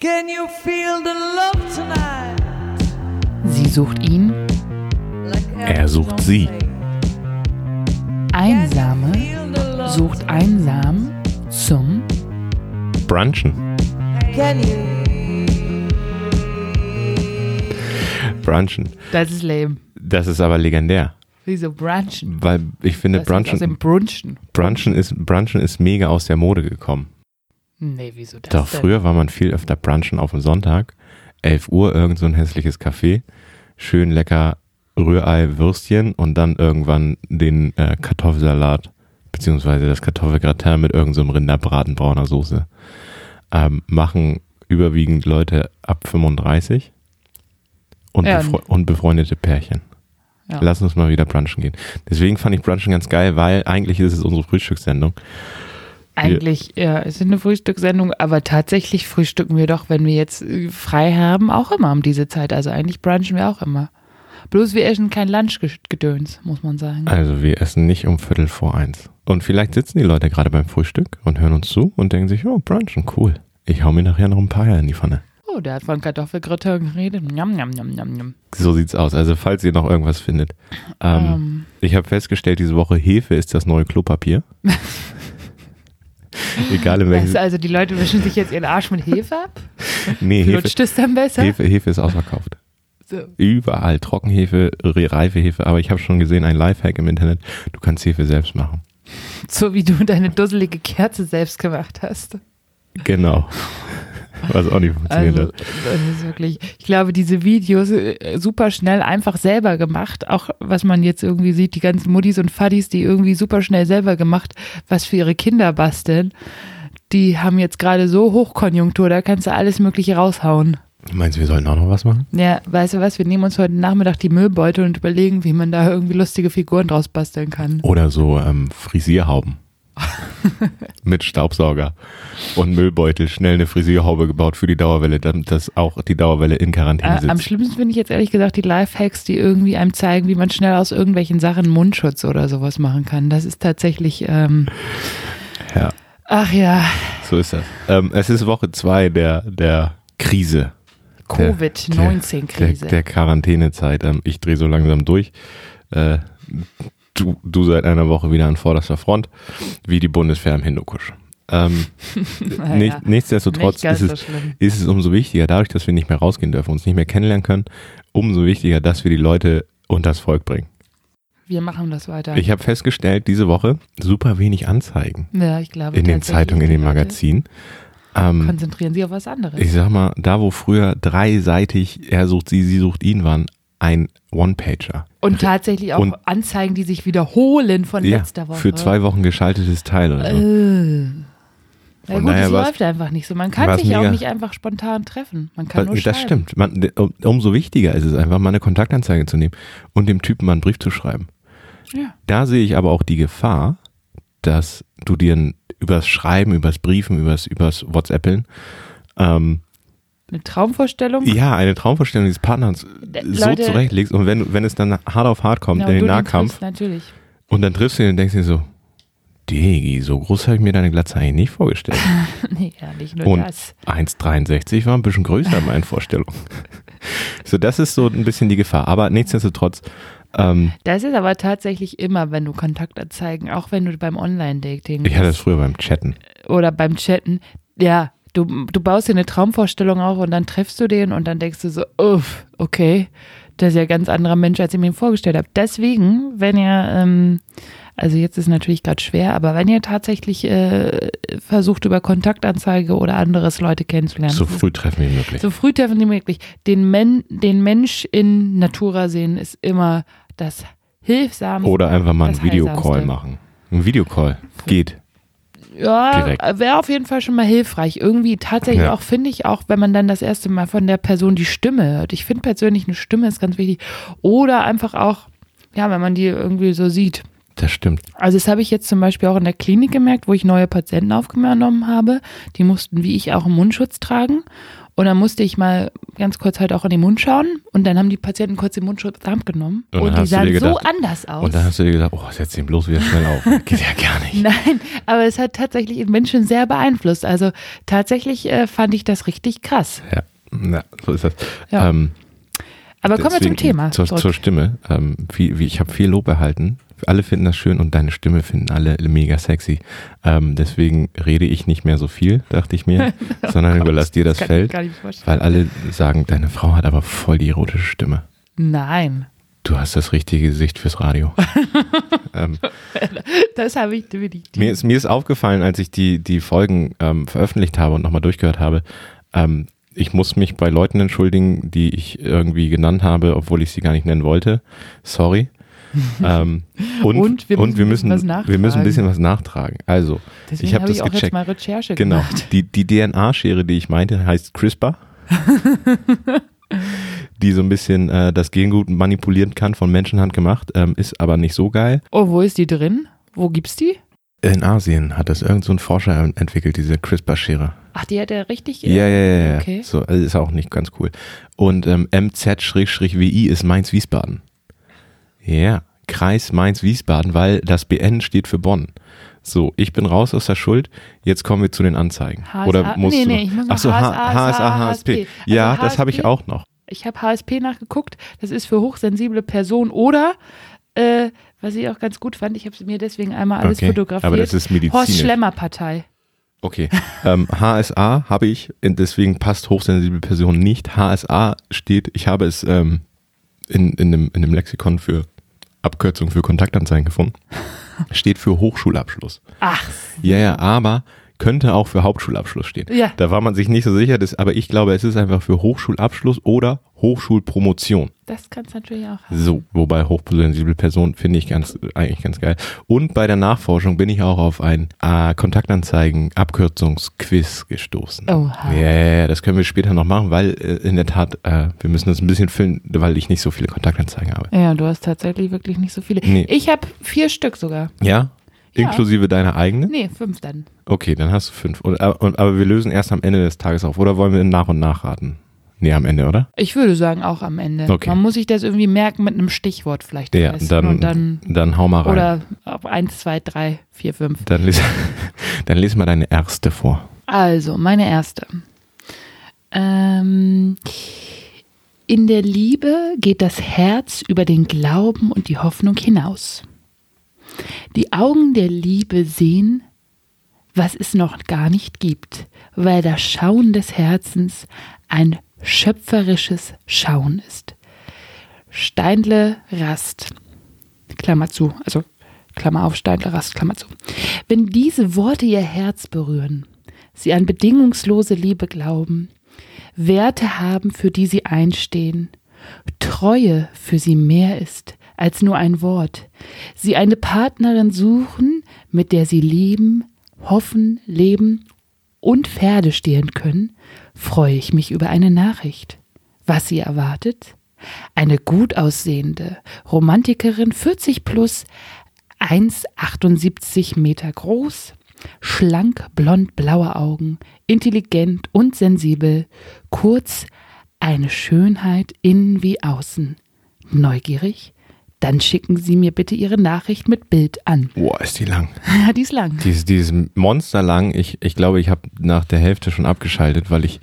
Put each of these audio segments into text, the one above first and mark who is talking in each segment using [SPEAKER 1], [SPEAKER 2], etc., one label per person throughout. [SPEAKER 1] Can you feel the love tonight?
[SPEAKER 2] Sie sucht ihn,
[SPEAKER 3] Er sucht sie.
[SPEAKER 2] Einsame sucht einsam zum
[SPEAKER 3] Brunchen.
[SPEAKER 1] Can you?
[SPEAKER 3] Brunchen.
[SPEAKER 2] Das ist lame.
[SPEAKER 3] Das ist aber legendär.
[SPEAKER 2] Wieso Brunchen?
[SPEAKER 3] Weil ich finde,
[SPEAKER 2] Das ist aus dem
[SPEAKER 3] Ne, Brunchen,
[SPEAKER 2] Brunchen.
[SPEAKER 3] Brunchen, ist, Brunchen ist mega aus der Mode gekommen.
[SPEAKER 2] Nee, wieso das
[SPEAKER 3] Doch,
[SPEAKER 2] denn?
[SPEAKER 3] früher war man viel öfter brunchen auf dem Sonntag. 11 Uhr, irgend so ein hässliches Café. Schön lecker Rührei, Würstchen und dann irgendwann den äh, Kartoffelsalat beziehungsweise das Kartoffelgratin mit irgendeinem so einem Rinderbraten brauner Soße. Ähm, machen überwiegend Leute ab 35 und,
[SPEAKER 2] Ja,
[SPEAKER 3] befre und befreundete Pärchen.
[SPEAKER 2] Ja.
[SPEAKER 3] Lass uns mal wieder brunchen gehen. Deswegen fand ich brunchen ganz geil, weil eigentlich ist es unsere Frühstückssendung.
[SPEAKER 2] Eigentlich, ja, es ist eine Frühstückssendung, aber tatsächlich frühstücken wir doch, wenn wir jetzt äh, frei haben, auch immer um diese Zeit. Also eigentlich brunchen wir auch immer. Bloß wir essen kein Lunchgedöns, muss man sagen.
[SPEAKER 3] Also wir essen nicht um Viertel vor eins. Und vielleicht sitzen die Leute gerade beim Frühstück und hören uns zu und denken sich, oh, brunchen, cool. Ich hau mir nachher noch ein paar in die Pfanne.
[SPEAKER 2] Oh, der hat von Kartoffelgratin geredet. Njam, njam, njam, njam, njam.
[SPEAKER 3] So sieht's aus. Also falls ihr noch irgendwas findet. Ähm,
[SPEAKER 2] Ähm,
[SPEAKER 3] Ich habe festgestellt, diese Woche Hefe ist das neue Klopapier. Egal in
[SPEAKER 2] Weißt du,
[SPEAKER 3] welchem.
[SPEAKER 2] also die Leute wischen sich jetzt ihren Arsch mit Hefe ab.
[SPEAKER 3] Nee, Hefe,
[SPEAKER 2] Lutscht es dann besser?
[SPEAKER 3] Hefe, Hefe ist ausverkauft.
[SPEAKER 2] So.
[SPEAKER 3] Überall. Trockenhefe, re- reife Hefe. Aber ich habe schon gesehen, ein Lifehack im Internet. Du kannst Hefe selbst machen.
[SPEAKER 2] so wie du deine dusselige Kerze selbst gemacht hast.
[SPEAKER 3] Genau. Was auch nicht funktioniert
[SPEAKER 2] Also,
[SPEAKER 3] hat.
[SPEAKER 2] das ist wirklich, ich glaube, diese Videos äh, super schnell einfach selber gemacht. Auch was man jetzt irgendwie sieht, die ganzen Muddis und Faddis, die irgendwie super schnell selber gemacht, was für ihre Kinder basteln. Die haben jetzt gerade so Hochkonjunktur, da kannst du alles Mögliche raushauen.
[SPEAKER 3] Meinst du, wir sollten auch noch was machen?
[SPEAKER 2] Ja, weißt du was? Wir nehmen uns heute Nachmittag die Müllbeutel und überlegen, wie man da irgendwie lustige Figuren draus basteln kann.
[SPEAKER 3] Oder so ähm, Frisierhauben. Mit Staubsauger und Müllbeutel schnell eine Frisierhaube gebaut für die Dauerwelle, damit das auch die Dauerwelle in Quarantäne
[SPEAKER 2] Äh, am
[SPEAKER 3] sitzt.
[SPEAKER 2] schlimmsten finde ich jetzt ehrlich gesagt die Lifehacks, die irgendwie einem zeigen, wie man schnell aus irgendwelchen Sachen Mundschutz oder sowas machen kann. Das ist tatsächlich, ähm,
[SPEAKER 3] Ja,
[SPEAKER 2] ach ja,
[SPEAKER 3] so ist das. Ähm, es ist Woche zwei der, der Krise. Der- Der,
[SPEAKER 2] Covid-19-Krise.
[SPEAKER 3] der Quarantänezeit. Ähm, ich drehe so langsam durch. Äh, du, du seit einer Woche wieder an vorderster Front, wie die Bundeswehr im Hindukusch. Ähm,
[SPEAKER 2] Naja,
[SPEAKER 3] nicht, nichtsdestotrotz
[SPEAKER 2] nicht ganz
[SPEAKER 3] ist es,
[SPEAKER 2] so schlimm.
[SPEAKER 3] ist es umso wichtiger, dadurch, dass wir nicht mehr rausgehen dürfen, uns nicht mehr kennenlernen können, umso wichtiger, dass wir die Leute unters Volk bringen.
[SPEAKER 2] Wir machen das weiter.
[SPEAKER 3] Ich habe festgestellt, diese Woche super wenig Anzeigen
[SPEAKER 2] ja, ich glaube,
[SPEAKER 3] in den
[SPEAKER 2] tatsächlich,
[SPEAKER 3] Zeitungen, in
[SPEAKER 2] die
[SPEAKER 3] den
[SPEAKER 2] Leute
[SPEAKER 3] Magazinen. Ähm,
[SPEAKER 2] Konzentrieren Sie auf was anderes.
[SPEAKER 3] ich sag mal, da wo früher dreiseitig er sucht sie, sie sucht ihn waren, ein One-Pager.
[SPEAKER 2] und tatsächlich auch
[SPEAKER 3] und-
[SPEAKER 2] Anzeigen, die sich wiederholen von
[SPEAKER 3] Ja,
[SPEAKER 2] letzter Woche.
[SPEAKER 3] für zwei Wochen geschaltetes Teil oder so.
[SPEAKER 2] Äh. Ja
[SPEAKER 3] Von
[SPEAKER 2] gut,
[SPEAKER 3] daher
[SPEAKER 2] es
[SPEAKER 3] war's-
[SPEAKER 2] läuft einfach nicht so. Man kann
[SPEAKER 3] war's
[SPEAKER 2] sich auch
[SPEAKER 3] mega-
[SPEAKER 2] nicht einfach spontan treffen. Man kann nur schreiben.
[SPEAKER 3] das stimmt. Man, um, umso wichtiger ist es einfach, mal eine Kontaktanzeige zu nehmen und dem Typen mal einen Brief zu schreiben.
[SPEAKER 2] Ja.
[SPEAKER 3] Da sehe ich aber auch die Gefahr, dass du dir ein- übers Schreiben, übers Briefen, übers, übers WhatsAppeln, ähm,
[SPEAKER 2] Eine Traumvorstellung.
[SPEAKER 3] ja, eine Traumvorstellung des Partners so
[SPEAKER 2] Hm. Äh, Leute-
[SPEAKER 3] zurechtlegst und wenn, du- wenn es dann hart auf hart kommt,
[SPEAKER 2] Ja,
[SPEAKER 3] in
[SPEAKER 2] und
[SPEAKER 3] den
[SPEAKER 2] Genau, du den
[SPEAKER 3] Nahkampf,
[SPEAKER 2] triffst, Natürlich.
[SPEAKER 3] und dann triffst du ihn und denkst dir so, Digi, so groß habe ich mir deine Glatze eigentlich nicht vorgestellt.
[SPEAKER 2] Nee, ja, nicht nur
[SPEAKER 3] Und
[SPEAKER 2] das.
[SPEAKER 3] 1,63 war ein bisschen größer in meinen Vorstellungen. so, das ist so ein bisschen die Gefahr. Aber nichtsdestotrotz, ähm,
[SPEAKER 2] Das ist aber tatsächlich immer, wenn du Kontaktanzeigen, auch wenn du beim Online-Dating
[SPEAKER 3] ich hatte das früher beim Chatten.
[SPEAKER 2] bist oder beim Chatten, ja, du, du baust dir eine Traumvorstellung auf und dann triffst du den und dann denkst du so, uff, okay, das ist ja ein ganz anderer Mensch, als ich mir ihn vorgestellt habe. Deswegen, wenn ihr, ähm, also jetzt ist natürlich gerade schwer, aber wenn ihr tatsächlich äh, versucht, über Kontaktanzeige oder anderes Leute kennenzulernen,
[SPEAKER 3] So früh treffen wie möglich.
[SPEAKER 2] So früh treffen wie möglich. Den, Men den Mensch in Natura sehen ist immer das Hilfsamste.
[SPEAKER 3] Oder einfach mal
[SPEAKER 2] Das
[SPEAKER 3] einen Videocall
[SPEAKER 2] Heilsamste.
[SPEAKER 3] machen. Ein Videocall geht.
[SPEAKER 2] ja,
[SPEAKER 3] direkt.
[SPEAKER 2] wäre auf jeden Fall schon mal hilfreich. Irgendwie tatsächlich
[SPEAKER 3] Ja.
[SPEAKER 2] auch, finde ich, auch wenn man dann das erste Mal von der Person die Stimme hört. Ich finde persönlich, eine Stimme ist ganz wichtig. Oder einfach auch, ja, wenn man die irgendwie so sieht.
[SPEAKER 3] Das stimmt.
[SPEAKER 2] Also das habe ich jetzt zum Beispiel auch in der Klinik gemerkt, wo ich neue Patienten aufgenommen habe. Die mussten wie ich auch einen Mundschutz tragen. Und dann musste ich mal ganz kurz halt auch in den Mund schauen. Und dann haben die Patienten kurz den Mundschutz abgenommen.
[SPEAKER 3] Und
[SPEAKER 2] Und,
[SPEAKER 3] dann
[SPEAKER 2] die
[SPEAKER 3] hast du
[SPEAKER 2] sahen
[SPEAKER 3] dir
[SPEAKER 2] so
[SPEAKER 3] gedacht-
[SPEAKER 2] anders aus.
[SPEAKER 3] Und dann hast du dir gedacht, oh, setz ihn bloß wieder schnell auf. Geht ja gar nicht.
[SPEAKER 2] Nein, aber es hat tatsächlich den Menschen sehr beeinflusst. Also tatsächlich äh, fand ich das richtig krass.
[SPEAKER 3] Ja, na, so ist das.
[SPEAKER 2] Ja.
[SPEAKER 3] Ähm,
[SPEAKER 2] Aber kommen wir zum
[SPEAKER 3] deswegen
[SPEAKER 2] Thema.
[SPEAKER 3] Zur,
[SPEAKER 2] zurück.
[SPEAKER 3] zur Stimme. Ähm, wie, wie, ich habe viel Lob erhalten. Alle finden das schön und deine Stimme finden alle mega sexy. Ähm, deswegen rede ich nicht mehr so viel, dachte ich mir, sondern überlass dir das
[SPEAKER 2] Oh Kann ich mir
[SPEAKER 3] Feld,
[SPEAKER 2] gar nicht vorstellen.
[SPEAKER 3] weil alle sagen, deine Frau hat aber voll die erotische Stimme.
[SPEAKER 2] Nein,
[SPEAKER 3] Du hast das richtige Gesicht fürs Radio. ähm,
[SPEAKER 2] das habe ich definitiv.
[SPEAKER 3] Mir ist, mir ist aufgefallen, als ich die, die Folgen ähm, veröffentlicht habe und nochmal durchgehört habe, ähm, ich muss mich bei Leuten entschuldigen, die ich irgendwie genannt habe, obwohl ich sie gar nicht nennen wollte. Sorry. ähm, und,
[SPEAKER 2] Und wir
[SPEAKER 3] und wir,
[SPEAKER 2] müssen
[SPEAKER 3] müssen,
[SPEAKER 2] ein bisschen was
[SPEAKER 3] wir müssen
[SPEAKER 2] nachtragen.
[SPEAKER 3] ein bisschen was nachtragen. Also,
[SPEAKER 2] Deswegen
[SPEAKER 3] ich habe das
[SPEAKER 2] ich auch jetzt
[SPEAKER 3] gecheckt.
[SPEAKER 2] mal Recherche
[SPEAKER 3] Genau.
[SPEAKER 2] gemacht.
[SPEAKER 3] Die, die DNA-Schere, die ich meinte, heißt CRISPR. die so ein bisschen äh, das Gengut manipulieren kann, von Menschenhand gemacht, ähm, ist aber nicht so geil.
[SPEAKER 2] Oh, wo ist die drin? Wo gibt's die?
[SPEAKER 3] In Asien hat das irgendein so ein Forscher entwickelt, diese CRISPR-Schere.
[SPEAKER 2] Ach, die hat er richtig. äh,
[SPEAKER 3] Ja, ja, ja. ja.
[SPEAKER 2] Okay.
[SPEAKER 3] So, also ist auch nicht ganz cool. Und ähm, MZ-WI ist Mainz-Wiesbaden. Ja, Kreis Mainz-Wiesbaden, weil das BN steht für Bonn. So, ich bin raus aus der Schuld. Jetzt kommen wir zu den Anzeigen.
[SPEAKER 2] HSA
[SPEAKER 3] Oder musst
[SPEAKER 2] nee,
[SPEAKER 3] du?
[SPEAKER 2] nee, ich muss noch
[SPEAKER 3] Ach so,
[SPEAKER 2] HSA,
[SPEAKER 3] HSA, HSP.
[SPEAKER 2] HSP.
[SPEAKER 3] Ja,
[SPEAKER 2] Also
[SPEAKER 3] das habe ich
[SPEAKER 2] HSP.
[SPEAKER 3] auch noch.
[SPEAKER 2] Ich habe HSP nachgeguckt. Das ist für hochsensible Personen oder, äh, was ich auch ganz gut fand, ich habe mir deswegen einmal alles
[SPEAKER 3] Okay,
[SPEAKER 2] fotografiert.
[SPEAKER 3] aber das ist medizinisch.
[SPEAKER 2] Horst Schlemmer Partei.
[SPEAKER 3] Okay. ähm, HSA habe ich, und deswegen passt hochsensible Person nicht. HSA steht, ich habe es ähm, in, in, dem, in dem Lexikon für Abkürzung für Kontaktanzeigen gefunden. Steht für Hochschulabschluss.
[SPEAKER 2] Ach,
[SPEAKER 3] Ja, ja, aber könnte auch für Hauptschulabschluss stehen.
[SPEAKER 2] Ja.
[SPEAKER 3] Da war man sich nicht so sicher, das, aber ich glaube, es ist einfach für Hochschulabschluss oder Hochschulpromotion.
[SPEAKER 2] das kannst du natürlich auch haben.
[SPEAKER 3] So, wobei hochsensible Person finde ich ganz, eigentlich ganz geil. Und bei der Nachforschung bin ich auch auf ein äh, Kontaktanzeigen-Abkürzungsquiz gestoßen.
[SPEAKER 2] Oha.
[SPEAKER 3] Ja, ja, ja, das können wir später noch machen, weil äh, in der Tat, äh, wir müssen das ein bisschen füllen, weil ich nicht so viele Kontaktanzeigen habe.
[SPEAKER 2] Ja, du hast tatsächlich wirklich nicht so viele.
[SPEAKER 3] Nee.
[SPEAKER 2] Ich habe vier Stück sogar.
[SPEAKER 3] Ja?
[SPEAKER 2] Ja.
[SPEAKER 3] Inklusive deiner eigenen?
[SPEAKER 2] Nee, fünf dann.
[SPEAKER 3] Okay, dann hast du fünf. Und, aber, und, aber wir lösen erst am Ende des Tages auf. Oder wollen wir nach und nach raten? Nee, am Ende, oder?
[SPEAKER 2] Ich würde sagen, auch am Ende.
[SPEAKER 3] Okay.
[SPEAKER 2] Man muss sich das irgendwie merken mit einem Stichwort vielleicht.
[SPEAKER 3] Ja,
[SPEAKER 2] am besten.
[SPEAKER 3] dann,
[SPEAKER 2] Und dann
[SPEAKER 3] dann hau mal rein.
[SPEAKER 2] oder auf eins, zwei, drei, vier, fünf.
[SPEAKER 3] dann, les, dann les mal deine erste vor.
[SPEAKER 2] Also, meine erste. Ähm, in der Liebe geht das Herz über den Glauben und die Hoffnung hinaus. Die Augen der Liebe sehen, was es noch gar nicht gibt, weil das Schauen des Herzens ein schöpferisches Schauen ist. Steindle Rast. Klammer zu, also Klammer auf, Steindler Rast, Klammer zu. Wenn diese Worte ihr Herz berühren, sie an bedingungslose Liebe glauben, Werte haben, für die sie einstehen, Treue für sie mehr ist als nur ein Wort, sie eine Partnerin suchen, mit der sie lieben, hoffen, leben und Pferde stehlen können, freue ich mich über eine Nachricht. Was sie erwartet? Eine gut aussehende Romantikerin 40 plus 1,78 Meter groß, schlank, blond, blaue Augen, intelligent und sensibel, kurz eine Schönheit innen wie außen. Neugierig? Dann schicken Sie mir bitte Ihre Nachricht mit Bild an.
[SPEAKER 3] Boah, ist die lang.
[SPEAKER 2] Ja, die ist lang.
[SPEAKER 3] Die ist, die ist monsterlang. Ich, ich glaube, ich habe nach der Hälfte schon abgeschaltet, weil ich,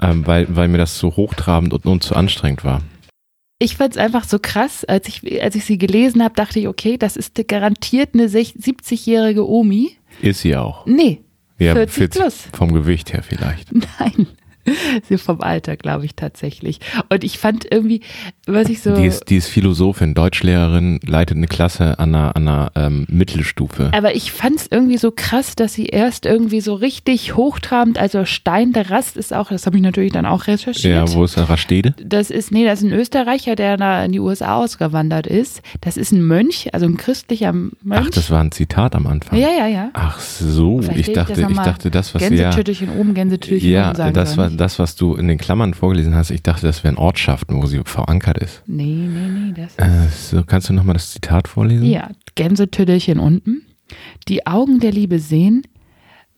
[SPEAKER 3] ähm, weil, weil mir das so hochtrabend und, und zu anstrengend war.
[SPEAKER 2] Ich fand es einfach so krass, als ich, als ich sie gelesen habe, dachte ich, okay, das ist garantiert eine sech- 70-jährige Omi.
[SPEAKER 3] Ist sie auch.
[SPEAKER 2] Nee,
[SPEAKER 3] Ja,
[SPEAKER 2] 40 plus.
[SPEAKER 3] Vom Gewicht her vielleicht.
[SPEAKER 2] nein. Sie vom Alter, glaube ich, tatsächlich. Und ich fand irgendwie, was ich so.
[SPEAKER 3] Die, ist, die ist Philosophin, Deutschlehrerin, leitet eine Klasse an einer, an einer ähm, Mittelstufe.
[SPEAKER 2] Aber ich fand es irgendwie so krass, dass sie erst irgendwie so richtig hochtrabend, also Stein der Rast ist auch, das habe ich natürlich dann auch recherchiert.
[SPEAKER 3] ja, wo ist Rastede?
[SPEAKER 2] Das ist, nee, das ist ein Österreicher, der da in die USA ausgewandert ist. Das ist ein Mönch, also ein christlicher Mönch.
[SPEAKER 3] Ach, das war ein Zitat am Anfang.
[SPEAKER 2] ja, ja, ja.
[SPEAKER 3] Ach so,
[SPEAKER 2] Vielleicht
[SPEAKER 3] ich
[SPEAKER 2] hätte
[SPEAKER 3] dachte,
[SPEAKER 2] das
[SPEAKER 3] ich
[SPEAKER 2] nochmal
[SPEAKER 3] dachte, das, was ja,
[SPEAKER 2] Gänsetüttelchen oben, Gänsetüttelchen
[SPEAKER 3] ja,
[SPEAKER 2] unten sagen
[SPEAKER 3] das war
[SPEAKER 2] sollen.
[SPEAKER 3] das, was du in den Klammern vorgelesen hast. Ich dachte, das wären Ortschaften, wo sie verankert ist.
[SPEAKER 2] Nee, nee, nee, das ist.
[SPEAKER 3] Äh, so, kannst du nochmal das Zitat vorlesen?
[SPEAKER 2] Ja, Gänsetüttelchen unten. Die Augen der Liebe sehen,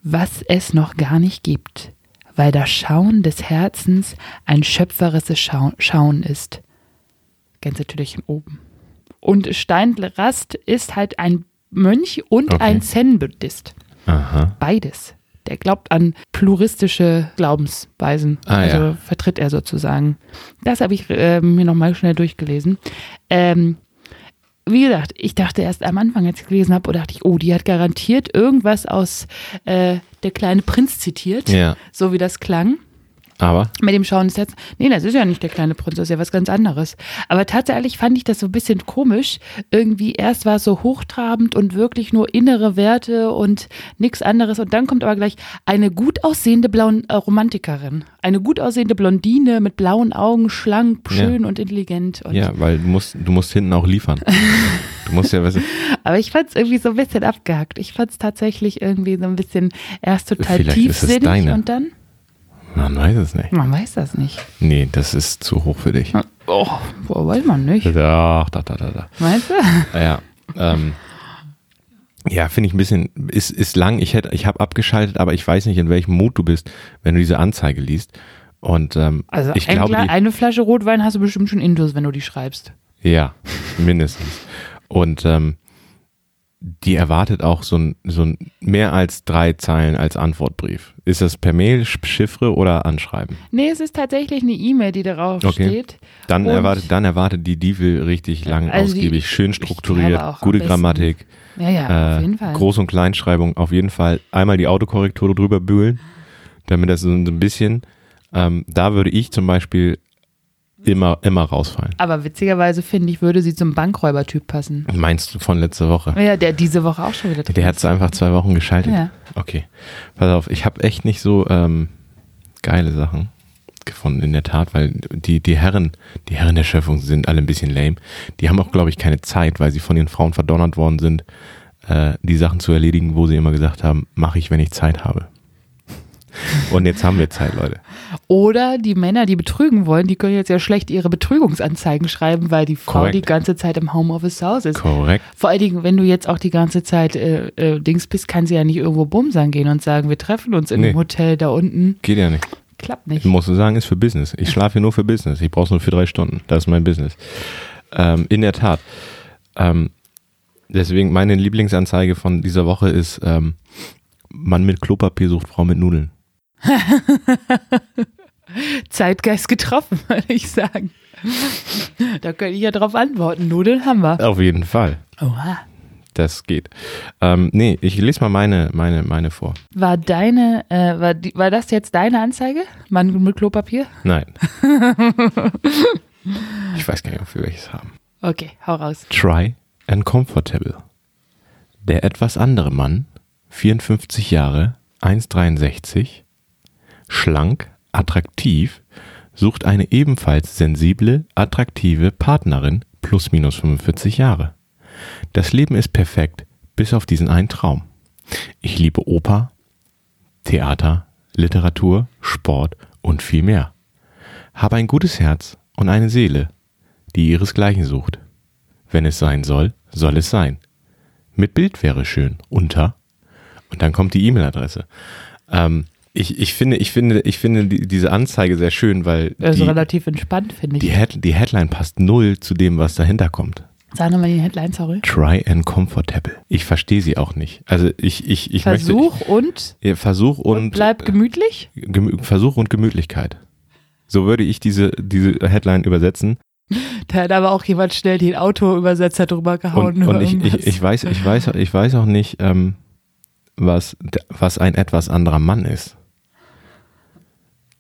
[SPEAKER 2] was es noch gar nicht gibt, weil das Schauen des Herzens ein schöpferisches Schau- Schauen ist. Gänsetürchen oben. Und Steinrast ist halt ein Mönch und
[SPEAKER 3] Okay.
[SPEAKER 2] ein Zen-Buddhist.
[SPEAKER 3] Aha.
[SPEAKER 2] Beides. Der glaubt an pluristische Glaubensweisen.
[SPEAKER 3] Ah,
[SPEAKER 2] also
[SPEAKER 3] ja.
[SPEAKER 2] vertritt er sozusagen. Das habe ich äh, mir nochmal schnell durchgelesen. Ähm, wie gesagt, ich dachte erst am Anfang, als ich gelesen habe, oh, dachte ich, oh, die hat garantiert irgendwas aus äh, Der kleine Prinz zitiert.
[SPEAKER 3] Ja.
[SPEAKER 2] So wie das klang.
[SPEAKER 3] Aber
[SPEAKER 2] Mit dem Schauen des Herzens. Nee, das ist ja nicht der kleine Prinz, das ist ja was ganz anderes. Aber tatsächlich fand ich das so ein bisschen komisch. Irgendwie erst war es so hochtrabend und wirklich nur innere Werte und nichts anderes. Und dann kommt aber gleich eine gut aussehende blauen äh, Romantikerin. Eine gut aussehende Blondine mit blauen Augen, schlank,
[SPEAKER 3] Ja.
[SPEAKER 2] schön und intelligent. Und
[SPEAKER 3] ja, weil du musst, du musst hinten auch liefern. Du musst ja, weißt du,
[SPEAKER 2] Aber ich fand es irgendwie so ein bisschen abgehackt. Ich fand es tatsächlich irgendwie so ein bisschen erst total
[SPEAKER 3] Vielleicht ist es
[SPEAKER 2] tiefsinnig
[SPEAKER 3] deine.
[SPEAKER 2] und dann,
[SPEAKER 3] man weiß es nicht.
[SPEAKER 2] man weiß das nicht.
[SPEAKER 3] Nee, das ist zu hoch für dich.
[SPEAKER 2] Oh, boah, weiß man nicht.
[SPEAKER 3] Äh. Da, da, da, da, da.
[SPEAKER 2] Weißt du?
[SPEAKER 3] Ja, ähm, ja, finde ich ein bisschen, ist, ist lang. Ich hätte, ich habe abgeschaltet, aber ich weiß nicht, in welchem Mut du bist, wenn du diese Anzeige liest. Und ähm,
[SPEAKER 2] Also
[SPEAKER 3] ich
[SPEAKER 2] ein
[SPEAKER 3] glaube,
[SPEAKER 2] Gla-
[SPEAKER 3] die,
[SPEAKER 2] eine Flasche Rotwein hast du bestimmt schon intus, wenn du die schreibst.
[SPEAKER 3] ja, mindestens. Und ähm, die erwartet auch so ein, so ein mehr als drei Zeilen als Antwortbrief. Ist das per Mail, Sch- Chiffre oder Anschreiben?
[SPEAKER 2] Nee, es ist tatsächlich eine E-Mail, die darauf
[SPEAKER 3] Okay.
[SPEAKER 2] steht.
[SPEAKER 3] Dann äh,
[SPEAKER 2] Und-
[SPEAKER 3] erwartet, dann erwartet die Divel richtig lang,
[SPEAKER 2] Also die-
[SPEAKER 3] ausgiebig, schön
[SPEAKER 2] ich glaube auch
[SPEAKER 3] strukturiert,
[SPEAKER 2] am
[SPEAKER 3] gute
[SPEAKER 2] besten.
[SPEAKER 3] Grammatik.
[SPEAKER 2] Ja, ja,
[SPEAKER 3] äh,
[SPEAKER 2] auf jeden Fall.
[SPEAKER 3] Groß- und Kleinschreibung auf jeden Fall einmal die Autokorrektur drüber bügeln, damit das so ein bisschen, ähm, da würde ich zum Beispiel immer, immer rausfallen.
[SPEAKER 2] Aber witzigerweise finde ich, würde sie zum Bankräubertyp passen.
[SPEAKER 3] Meinst du von letzter Woche?
[SPEAKER 2] Ja, der diese Woche auch schon wieder drin.
[SPEAKER 3] Der hat es einfach zwei Wochen geschaltet.
[SPEAKER 2] Ja.
[SPEAKER 3] Okay. Pass auf, ich habe echt nicht so ähm, geile Sachen gefunden, in der Tat, weil die, die Herren, die Herren der Schöpfung sind alle ein bisschen lame. Die haben auch, glaube ich, keine Zeit, weil sie von ihren Frauen verdonnert worden sind, äh, die Sachen zu erledigen, wo sie immer gesagt haben, mache ich, wenn ich Zeit habe. Und jetzt haben wir Zeit, Leute.
[SPEAKER 2] Oder die Männer, die betrügen wollen, die können jetzt ja schlecht ihre Betrügungsanzeigen schreiben, weil die Frau
[SPEAKER 3] Korrekt.
[SPEAKER 2] die ganze Zeit im Homeoffice zu Hause ist.
[SPEAKER 3] Korrekt.
[SPEAKER 2] Vor allen Dingen, wenn du jetzt auch die ganze Zeit äh, äh, Dings bist, kann sie ja nicht irgendwo bumsern gehen und sagen, wir treffen uns in
[SPEAKER 3] Nee.
[SPEAKER 2] einem Hotel da unten.
[SPEAKER 3] Geht ja nicht.
[SPEAKER 2] Klappt nicht.
[SPEAKER 3] Ich muss sagen, ist für Business. Ich schlafe hier nur für Business. Ich brauche es nur für drei Stunden. Das ist mein Business. Ähm, in der Tat. Ähm, deswegen, meine Lieblingsanzeige von dieser Woche ist: ähm, Mann mit Klopapier sucht Frau mit Nudeln.
[SPEAKER 2] Zeitgeist getroffen, würde ich sagen. Da könnte ich ja drauf antworten. Nudeln haben wir.
[SPEAKER 3] Auf jeden Fall.
[SPEAKER 2] Oha.
[SPEAKER 3] Das geht. Ähm, nee, ich lese mal meine, meine, meine vor.
[SPEAKER 2] War deine, äh, war, die, war das jetzt deine Anzeige? Mann mit Klopapier?
[SPEAKER 3] Nein. ich weiß gar nicht, ob wir welches haben.
[SPEAKER 2] Okay, hau raus.
[SPEAKER 3] Try and Comfortable. Der etwas andere Mann, 54 Jahre, 1,63, schlank, attraktiv, sucht eine ebenfalls sensible, attraktive Partnerin, plus minus 45 Jahre. Das Leben ist perfekt, bis auf diesen einen Traum. Ich liebe Oper, Theater, Literatur, Sport und viel mehr. Habe ein gutes Herz und eine Seele, die ihresgleichen sucht. Wenn es sein soll, soll es sein. Mit Bild wäre schön. Unter. Und dann kommt die E-Mail-Adresse. Ähm, ich, ich finde, ich finde, ich finde die, diese Anzeige sehr schön, weil
[SPEAKER 2] Das ist
[SPEAKER 3] die,
[SPEAKER 2] relativ entspannt, finde
[SPEAKER 3] die,
[SPEAKER 2] ich.
[SPEAKER 3] Head, die Headline passt null zu dem, was dahinter kommt.
[SPEAKER 2] Sag nochmal die Headline, sorry.
[SPEAKER 3] Try and comfortable. Ich verstehe sie auch nicht. Also ich, ich, ich möchte.
[SPEAKER 2] Versuch und,
[SPEAKER 3] Ich, ja, Versuch und, äh,
[SPEAKER 2] und bleib gemütlich.
[SPEAKER 3] Gemü- Versuch und Gemütlichkeit. So würde ich diese, diese Headline übersetzen.
[SPEAKER 2] Da hat aber auch jemand schnell den Autoübersetzer drüber gehauen.
[SPEAKER 3] Und, und
[SPEAKER 2] oder
[SPEAKER 3] ich, ich,
[SPEAKER 2] irgendwas.
[SPEAKER 3] ich, weiß, ich, weiß, ich weiß auch nicht, ähm, was, was ein etwas anderer Mann ist.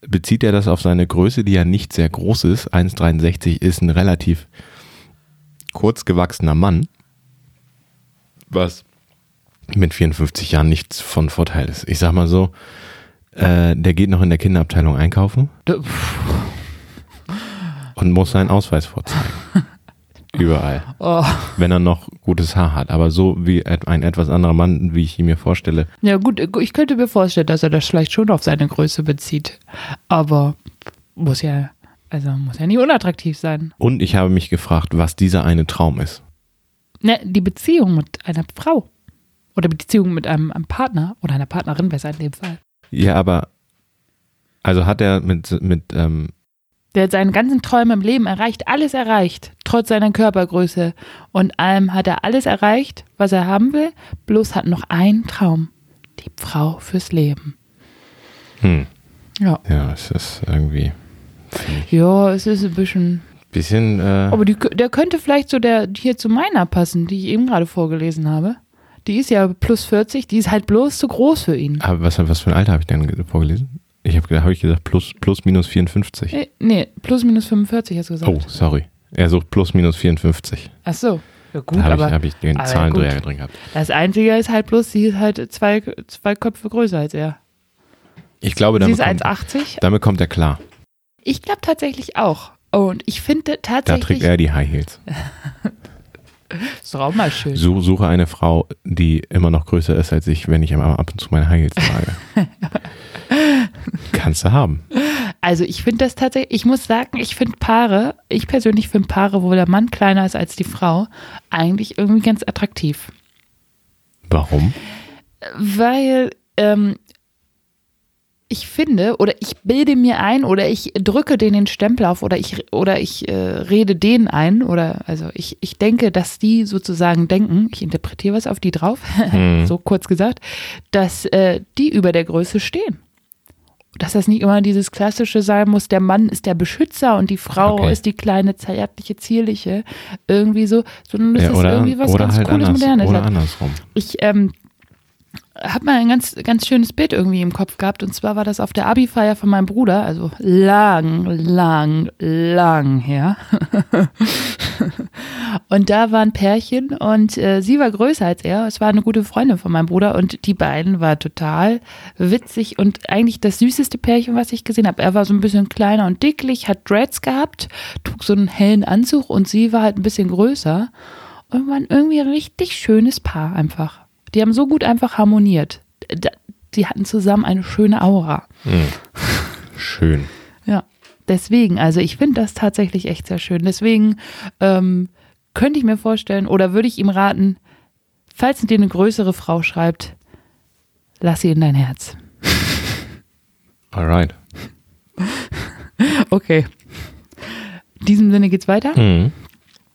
[SPEAKER 3] Bezieht er das auf seine Größe, die ja nicht sehr groß ist? 1,63 ist ein relativ kurz gewachsener Mann, was mit 54 Jahren nichts von Vorteil ist. Ich sag mal so, äh, der geht noch in der Kinderabteilung einkaufen
[SPEAKER 2] Da- pff,
[SPEAKER 3] und muss seinen Ausweis vorzeigen. Überall.
[SPEAKER 2] Oh.
[SPEAKER 3] wenn er noch gutes Haar hat. Aber so wie et- ein etwas anderer Mann, wie ich ihn mir vorstelle.
[SPEAKER 2] Ja gut, äh, ich könnte mir vorstellen, dass er das vielleicht schon auf seine Größe bezieht. Aber muss ja, also muss ja nicht unattraktiv sein.
[SPEAKER 3] Und ich habe mich gefragt, was dieser eine Traum ist.
[SPEAKER 2] Ne, die Beziehung mit einer Frau. Oder Beziehung mit einem, einem Partner oder einer Partnerin besser in dem Fall.
[SPEAKER 3] Ja, aber Also hat er mit, mit ähm,
[SPEAKER 2] Der hat seine ganzen Träume im Leben erreicht, alles erreicht, trotz seiner Körpergröße. Und allem hat er alles erreicht, was er haben will, bloß hat noch einen Traum. Die Frau fürs Leben.
[SPEAKER 3] hm,
[SPEAKER 2] Ja.
[SPEAKER 3] ja, es ist irgendwie
[SPEAKER 2] Ja, es ist ein bisschen.
[SPEAKER 3] ein bisschen, äh,
[SPEAKER 2] Aber die, der könnte vielleicht so der hier zu meiner passen, die ich eben gerade vorgelesen habe. Die ist ja plus 40, die ist halt bloß zu groß für ihn.
[SPEAKER 3] aber was, was für ein Alter habe ich denn ge- vorgelesen? Ich habe hab ich gesagt plus, plus minus 54.
[SPEAKER 2] Äh, Nee, plus minus 45 hast du gesagt.
[SPEAKER 3] Oh, sorry. Er sucht plus minus 54.
[SPEAKER 2] Ach so. Ja, gut,
[SPEAKER 3] da habe ich,
[SPEAKER 2] aber
[SPEAKER 3] hab ich den
[SPEAKER 2] aber
[SPEAKER 3] Zahlendreher
[SPEAKER 2] gut.
[SPEAKER 3] drin gehabt.
[SPEAKER 2] das Einzige ist halt bloß, sie ist halt zwei, zwei Köpfe größer als er.
[SPEAKER 3] Ich glaube,
[SPEAKER 2] Sie
[SPEAKER 3] damit
[SPEAKER 2] ist
[SPEAKER 3] kommt,
[SPEAKER 2] 1,80.
[SPEAKER 3] damit kommt er klar.
[SPEAKER 2] Ich glaube tatsächlich auch. Oh, Und ich finde
[SPEAKER 3] Da
[SPEAKER 2] tatsächlich,
[SPEAKER 3] trägt er die High Heels. äh,
[SPEAKER 2] ist doch auch mal schön.
[SPEAKER 3] Su- Suche eine Frau, die immer noch größer ist als ich, wenn ich am- ab und zu meine High Heels trage. Kannst du haben.
[SPEAKER 2] Also ich finde das tatsächlich, ich muss sagen, ich finde Paare, ich persönlich finde Paare, wo der Mann kleiner ist als die Frau, eigentlich irgendwie ganz attraktiv.
[SPEAKER 3] Warum?
[SPEAKER 2] Weil ähm, ich finde oder ich bilde mir ein oder ich drücke denen den Stempel auf oder ich oder ich äh, rede denen ein oder also ich, ich denke, dass die sozusagen denken, ich interpretiere was auf die drauf,
[SPEAKER 3] Mhm.
[SPEAKER 2] so kurz gesagt, dass äh, die über der Größe stehen. Dass das nicht immer dieses klassische sein muss, der Mann ist der Beschützer und die Frau
[SPEAKER 3] Okay.
[SPEAKER 2] ist die kleine, zärtliche, zierliche. Irgendwie so, sondern das
[SPEAKER 3] Ja,
[SPEAKER 2] ist irgendwie was ganz Cooles, Modernes.
[SPEAKER 3] oder
[SPEAKER 2] hat.
[SPEAKER 3] andersrum.
[SPEAKER 2] Ich ähm, habe mal ein ganz, ganz schönes Bild irgendwie im Kopf gehabt. Und zwar war das auf der Abi-Feier von meinem Bruder. Also lang, lang, lang her. und da war ein Pärchen und äh, sie war größer als er. Es war eine gute Freundin von meinem Bruder. Und die beiden war total witzig und eigentlich das süßeste Pärchen, was ich gesehen habe. Er war so ein bisschen kleiner und dicklich, hat Dreads gehabt, trug so einen hellen Anzug und sie war halt ein bisschen größer und waren irgendwie ein richtig schönes Paar einfach. Die haben so gut einfach harmoniert. Da- Die hatten zusammen eine schöne Aura.
[SPEAKER 3] Hm. Schön.
[SPEAKER 2] Ja, deswegen, also ich finde das tatsächlich echt sehr schön. Deswegen ähm, könnte ich mir vorstellen oder würde ich ihm raten, falls dir eine größere Frau schreibt, lass sie in dein Herz.
[SPEAKER 3] Alright.
[SPEAKER 2] Okay. In diesem Sinne geht's weiter.
[SPEAKER 3] Mhm.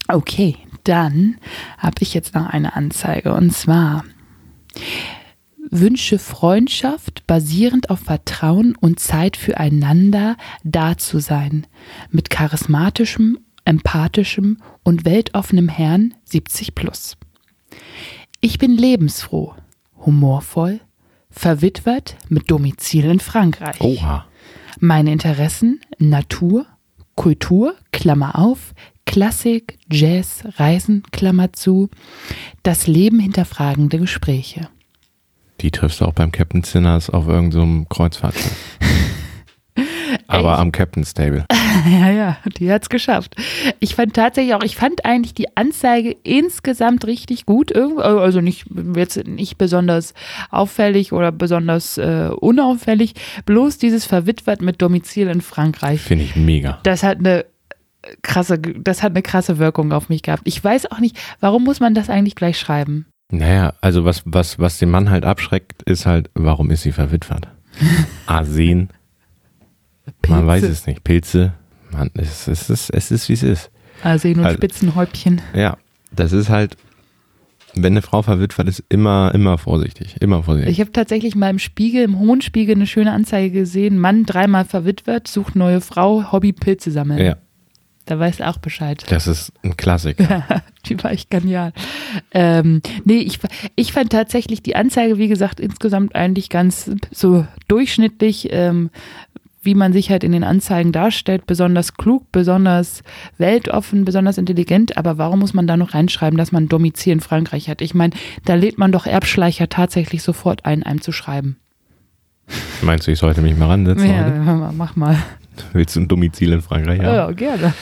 [SPEAKER 2] Okay, dann habe ich jetzt noch eine Anzeige und zwar wünsche Freundschaft basierend auf Vertrauen und Zeit füreinander da zu sein. Mit charismatischem, empathischem und weltoffenem Herrn 70 plus. Ich bin lebensfroh, humorvoll, verwitwet mit Domizil in Frankreich.
[SPEAKER 3] Oha.
[SPEAKER 2] Meine Interessen Natur, Kultur, Klammer auf, Klassik, Jazz, Reisen, Klammer zu, das Leben hinterfragende Gespräche.
[SPEAKER 3] Die triffst du auch beim Captain Sinners auf irgendeinem so Kreuzfahrtschiff. Aber am Captain's Table.
[SPEAKER 2] Ja, ja, die hat's geschafft. Ich fand tatsächlich auch, ich fand eigentlich die Anzeige insgesamt richtig gut. Irgendwo- Also nicht, jetzt nicht besonders auffällig oder besonders äh, unauffällig. Bloß dieses Verwitwet mit Domizil in Frankreich.
[SPEAKER 3] Finde ich mega.
[SPEAKER 2] das hat eine krasse, das hat eine krasse Wirkung auf mich gehabt. Ich weiß auch nicht, warum muss man das eigentlich gleich schreiben?
[SPEAKER 3] Naja, also was, was, was den Mann halt abschreckt, ist halt, warum ist sie verwitwet? Arsen, man weiß es nicht. Pilze, man, es, es ist, es ist wie es ist.
[SPEAKER 2] Arsen und
[SPEAKER 3] Also-
[SPEAKER 2] ah, Spitzenhäubchen.
[SPEAKER 3] Ja, das ist halt, wenn eine Frau verwitwet ist, immer, immer vorsichtig. Immer vorsichtig.
[SPEAKER 2] Ich habe tatsächlich mal im Spiegel, im hohen Spiegel, eine schöne Anzeige gesehen. Mann dreimal verwitwet, sucht neue Frau, Hobby Pilze sammeln.
[SPEAKER 3] ja,
[SPEAKER 2] Da weißt du auch Bescheid.
[SPEAKER 3] das ist ein Klassiker.
[SPEAKER 2] Die war echt genial. Ähm, nee, ich, ich fand tatsächlich die Anzeige, wie gesagt, insgesamt eigentlich ganz so durchschnittlich, ähm, wie man sich halt in den Anzeigen darstellt, besonders klug, besonders weltoffen, besonders intelligent. Aber warum muss man da noch reinschreiben, dass man ein Domizil in Frankreich hat? Ich meine, da lädt man doch Erbschleicher tatsächlich sofort ein, einem zu schreiben.
[SPEAKER 3] Meinst du, ich sollte mich mal ransetzen? heute?
[SPEAKER 2] Ja, mach mal.
[SPEAKER 3] Willst du ein Domizil in Frankreich haben?
[SPEAKER 2] Ja, gerne.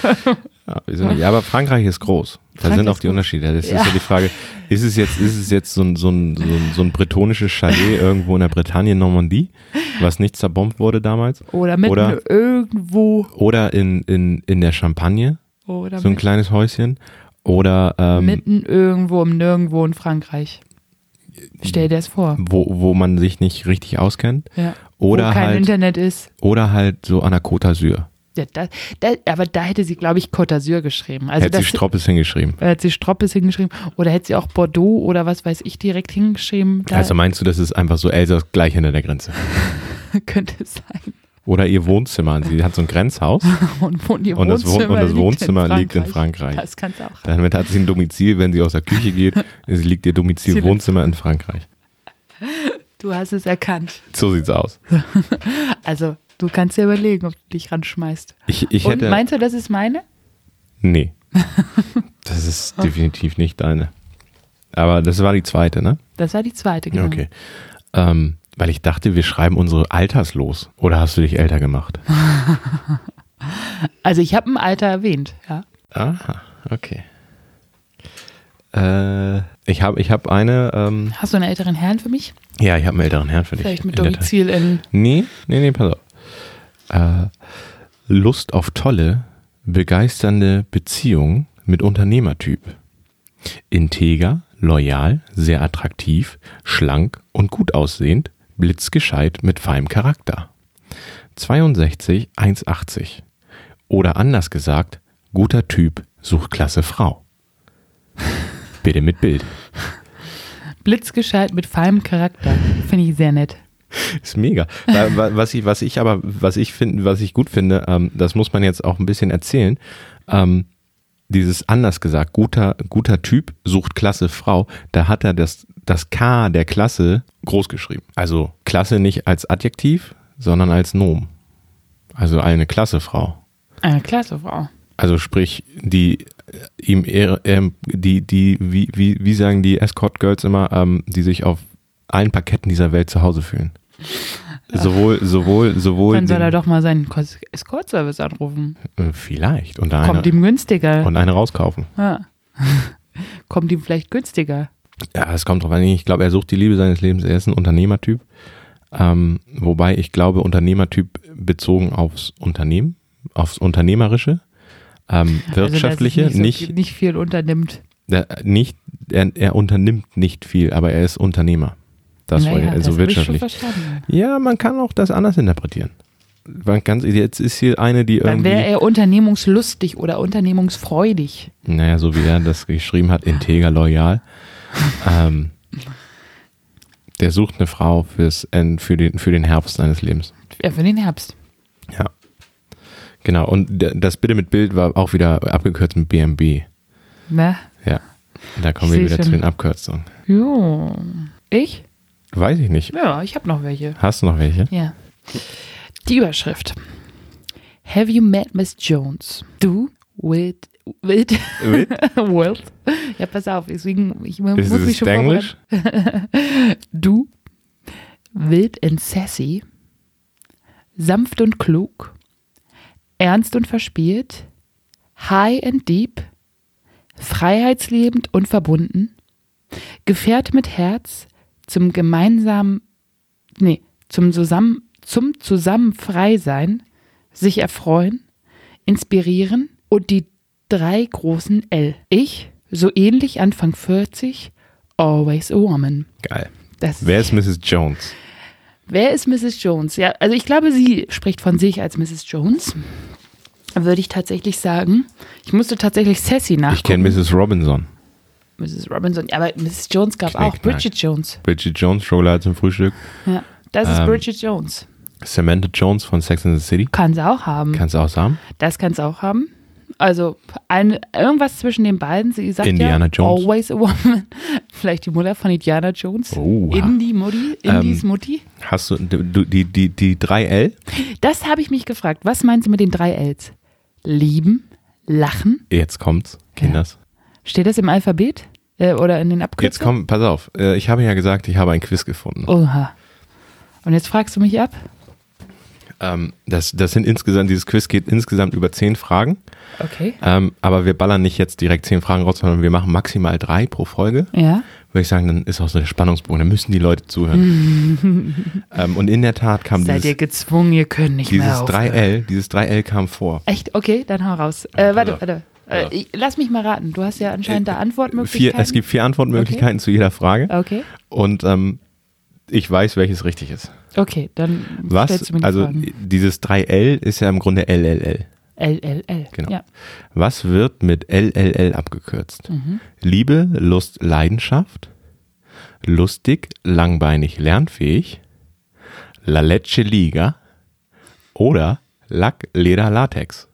[SPEAKER 3] Ja, wieso nicht? Ja, aber Frankreich ist groß. Da
[SPEAKER 2] Frankreich
[SPEAKER 3] sind auch
[SPEAKER 2] ist
[SPEAKER 3] die
[SPEAKER 2] groß.
[SPEAKER 3] Unterschiede. Das
[SPEAKER 2] Ja.
[SPEAKER 3] ist ja die Frage, ist es jetzt, ist es jetzt so ein, so ein, so ein, so ein bretonisches Chalet irgendwo in der Bretagne, Normandie, was nicht zerbombt wurde damals?
[SPEAKER 2] Oder mitten
[SPEAKER 3] Oder-
[SPEAKER 2] irgendwo.
[SPEAKER 3] Oder in, in, in der Champagne,
[SPEAKER 2] Oder
[SPEAKER 3] so ein kleines Häuschen? Oder ähm,
[SPEAKER 2] mitten irgendwo im Nirgendwo in Frankreich. Stell dir das vor.
[SPEAKER 3] wo, wo man sich nicht richtig auskennt.
[SPEAKER 2] Ja.
[SPEAKER 3] Oder
[SPEAKER 2] Wo kein Also
[SPEAKER 3] halt,
[SPEAKER 2] Internet ist.
[SPEAKER 3] oder halt so an der Côte d'Azur.
[SPEAKER 2] Ja, da, da, aber da hätte sie, glaube ich, Côte d'Azur geschrieben. Also
[SPEAKER 3] Hätte sie
[SPEAKER 2] das,
[SPEAKER 3] Stroppes hingeschrieben.
[SPEAKER 2] äh, hätte sie Stroppes hingeschrieben. Oder hätte sie auch Bordeaux oder was weiß ich direkt hingeschrieben. Da
[SPEAKER 3] Also meinst du, das ist einfach so Elsass gleich hinter der Grenze?
[SPEAKER 2] könnte es sein.
[SPEAKER 3] Oder ihr Wohnzimmer. Sie hat so ein Grenzhaus
[SPEAKER 2] Und, wo- ihr
[SPEAKER 3] und das, Wohn und das Wohnzimmer liegt in Frankreich.
[SPEAKER 2] Das kann's auch.
[SPEAKER 3] Damit hat sie ein Domizil, wenn sie aus der Küche geht, es liegt ihr Domizil
[SPEAKER 2] Sie-
[SPEAKER 3] Wohnzimmer in Frankreich.
[SPEAKER 2] Du hast es erkannt.
[SPEAKER 3] So sieht's aus.
[SPEAKER 2] Also, du kannst dir überlegen, ob du dich ranschmeißt.
[SPEAKER 3] Ich, ich
[SPEAKER 2] Und
[SPEAKER 3] hätte.
[SPEAKER 2] meinst du, das ist meine?
[SPEAKER 3] nee. Das ist definitiv nicht deine. Aber das war die zweite, ne?
[SPEAKER 2] Das war die zweite, genau.
[SPEAKER 3] Ja, Okay. Ähm, weil ich dachte, wir schreiben unsere alterslos. Oder hast du dich älter gemacht?
[SPEAKER 2] Also ich habe ein Alter erwähnt, ja.
[SPEAKER 3] Aha, okay. Äh, ich habe ich hab eine, ähm,
[SPEAKER 2] Hast du einen älteren Herrn für mich?
[SPEAKER 3] ja, ich habe einen älteren Herrn für dich.
[SPEAKER 2] Vielleicht mit
[SPEAKER 3] in der Tat.
[SPEAKER 2] Domizil in.
[SPEAKER 3] Nee, nee, nee, pass auf. Äh, Lust auf tolle, begeisternde Beziehungen mit Unternehmertyp. Integer, loyal, sehr attraktiv, schlank und gut aussehend, blitzgescheit mit feinem Charakter. 62, 1,80. Oder anders gesagt, guter Typ sucht klasse Frau. Bitte mit Bild.
[SPEAKER 2] Blitzgescheit mit feinem Charakter. Finde ich sehr nett.
[SPEAKER 3] Ist mega. Wa- wa- Was ich, was ich aber, was ich finde, was ich gut finde, ähm, das muss man jetzt auch ein bisschen erzählen. Ähm, dieses anders gesagt, guter, guter Typ sucht klasse Frau, da hat er das, das K der Klasse groß geschrieben. Also Klasse nicht als Adjektiv, sondern als Nom. Also eine klasse Frau.
[SPEAKER 2] Eine klasse Frau.
[SPEAKER 3] Also sprich, die äh, ihm eher, ähm, die, die, wie, wie, wie sagen die Escort Girls immer, ähm, die sich auf allen Parketten dieser Welt zu Hause fühlen. Sowohl, sowohl, sowohl.
[SPEAKER 2] Äh. Dann soll er
[SPEAKER 3] den-
[SPEAKER 2] doch mal seinen Kos- Escort-Service anrufen.
[SPEAKER 3] Äh, Vielleicht. Und eine,
[SPEAKER 2] Kommt ihm günstiger.
[SPEAKER 3] und eine rauskaufen.
[SPEAKER 2] Ja. Kommt ihm vielleicht günstiger.
[SPEAKER 3] Ja, es kommt drauf an. Ich glaube, er sucht die Liebe seines Lebens. Er ist ein Unternehmertyp. Ähm, wobei ich glaube, Unternehmertyp bezogen aufs Unternehmen, aufs Unternehmerische, ähm, wirtschaftliche,
[SPEAKER 2] also, dass es nicht,
[SPEAKER 3] nicht,
[SPEAKER 2] so, viel- nicht viel unternimmt.
[SPEAKER 3] Der, äh, nicht, er, er unternimmt nicht viel, aber er ist Unternehmer. Das war ja, also
[SPEAKER 2] das hab ich schon
[SPEAKER 3] wirtschaftlich.
[SPEAKER 2] verstanden.
[SPEAKER 3] Ja, man kann auch das anders interpretieren. Man kann, jetzt ist hier eine, die
[SPEAKER 2] Dann wäre
[SPEAKER 3] irgendwie,
[SPEAKER 2] er unternehmungslustig oder unternehmungsfreudig.
[SPEAKER 3] naja, so wie er das geschrieben hat, integer, loyal. ähm, der sucht eine Frau fürs, End- für, den, für den Herbst seines Lebens.
[SPEAKER 2] Ja, für den Herbst.
[SPEAKER 3] Ja. Genau, und d- das Bitte mit Bild war auch wieder abgekürzt mit BMB.
[SPEAKER 2] Na,
[SPEAKER 3] Ja. Da kommen
[SPEAKER 2] Ich
[SPEAKER 3] wir
[SPEAKER 2] seh
[SPEAKER 3] wieder zu
[SPEAKER 2] schon.
[SPEAKER 3] den Abkürzungen.
[SPEAKER 2] jo. Ich?
[SPEAKER 3] Weiß ich nicht.
[SPEAKER 2] Ja, ich habe noch welche.
[SPEAKER 3] Hast du noch welche?
[SPEAKER 2] Ja. Die Überschrift. Have you met Miss Jones? Du, Wild, Wild, Wild. Ja, pass auf, deswegen, ich muss
[SPEAKER 3] Ist
[SPEAKER 2] mich
[SPEAKER 3] es
[SPEAKER 2] schon
[SPEAKER 3] Englisch?
[SPEAKER 2] vorbereiten. Du, wild and sassy, sanft und klug, ernst und verspielt, high and deep, freiheitsliebend und verbunden, gefährt mit Herz zum gemeinsamen nee, zum zusammen, zum zusammen frei sein, sich erfreuen, inspirieren und die drei großen L. Ich, so ähnlich Anfang 40, always a woman.
[SPEAKER 3] Geil.
[SPEAKER 2] Das
[SPEAKER 3] Wer ist Mrs. Jones?
[SPEAKER 2] Wer ist Mrs. Jones? Ja, also ich glaube, sie spricht von sich als Mrs. Jones. Würde ich tatsächlich sagen. Ich musste tatsächlich Sassy
[SPEAKER 3] Ich
[SPEAKER 2] nachgucken.
[SPEAKER 3] kenne Mrs. Robinson.
[SPEAKER 2] Mrs. Robinson. Aber Mrs. Jones gab auch
[SPEAKER 3] Knick, knack.
[SPEAKER 2] Bridget Jones.
[SPEAKER 3] Bridget Jones, Schokolade zum Frühstück.
[SPEAKER 2] Ja, das ist
[SPEAKER 3] Ähm.
[SPEAKER 2] Bridget Jones.
[SPEAKER 3] Samantha Jones von Sex and the City.
[SPEAKER 2] Kann sie auch haben.
[SPEAKER 3] Kannst du auch sagen?
[SPEAKER 2] Das kann es auch haben. Also ein, irgendwas zwischen den beiden. Sie sagt
[SPEAKER 3] Indiana
[SPEAKER 2] ja,
[SPEAKER 3] Jones.
[SPEAKER 2] always a woman. Vielleicht die Mutter von Indiana Jones.
[SPEAKER 3] Oha.
[SPEAKER 2] Indie Mutti, Indies
[SPEAKER 3] Ähm.
[SPEAKER 2] Mutti.
[SPEAKER 3] Hast du du- die, die, die 3L?
[SPEAKER 2] Das habe ich mich gefragt. Was meint sie mit den drei Ls? Lieben, lachen.
[SPEAKER 3] Jetzt kommt's, Kinders.
[SPEAKER 2] Steht das im Alphabet? Äh, oder in den
[SPEAKER 3] Jetzt
[SPEAKER 2] Abkürzungen?
[SPEAKER 3] komm, pass auf. Äh, Ich habe ja gesagt, ich habe ein Quiz gefunden.
[SPEAKER 2] Oha. Und jetzt fragst du mich ab?
[SPEAKER 3] Ähm, Das, das sind insgesamt, dieses Quiz geht insgesamt über zehn Fragen.
[SPEAKER 2] Okay.
[SPEAKER 3] Ähm, Aber wir ballern nicht jetzt direkt zehn Fragen raus, sondern wir machen maximal drei pro Folge.
[SPEAKER 2] Ja.
[SPEAKER 3] Würde ich sagen, dann ist auch so der Spannungsbogen. Dann müssen die Leute zuhören. Ähm, Und in der Tat kam
[SPEAKER 2] Seid ihr
[SPEAKER 3] dieses,
[SPEAKER 2] gezwungen, ihr könnt nicht mehr
[SPEAKER 3] dieses
[SPEAKER 2] aufhören.
[SPEAKER 3] 3L, dieses 3L kam vor.
[SPEAKER 2] Echt? Okay, dann hau raus. Äh, warte,
[SPEAKER 3] auf.
[SPEAKER 2] warte.
[SPEAKER 3] Ja.
[SPEAKER 2] Äh, ich, lass mich mal raten. Du hast ja anscheinend da
[SPEAKER 3] Vier,
[SPEAKER 2] Antwortmöglichkeiten.
[SPEAKER 3] es gibt vier Antwortmöglichkeiten zu jeder Frage
[SPEAKER 2] Okay.
[SPEAKER 3] und ähm, ich weiß, welches richtig ist.
[SPEAKER 2] Okay, dann stellst
[SPEAKER 3] Was?
[SPEAKER 2] du mir die
[SPEAKER 3] Also
[SPEAKER 2] Fragen.
[SPEAKER 3] dieses 3L ist ja im Grunde LLL.
[SPEAKER 2] LLL.
[SPEAKER 3] Genau.
[SPEAKER 2] Ja.
[SPEAKER 3] Was wird mit LLL abgekürzt?
[SPEAKER 2] Mhm.
[SPEAKER 3] Liebe, Lust, Leidenschaft, lustig, langbeinig, lernfähig, La Leche Liga oder Lack, Leder, Latex.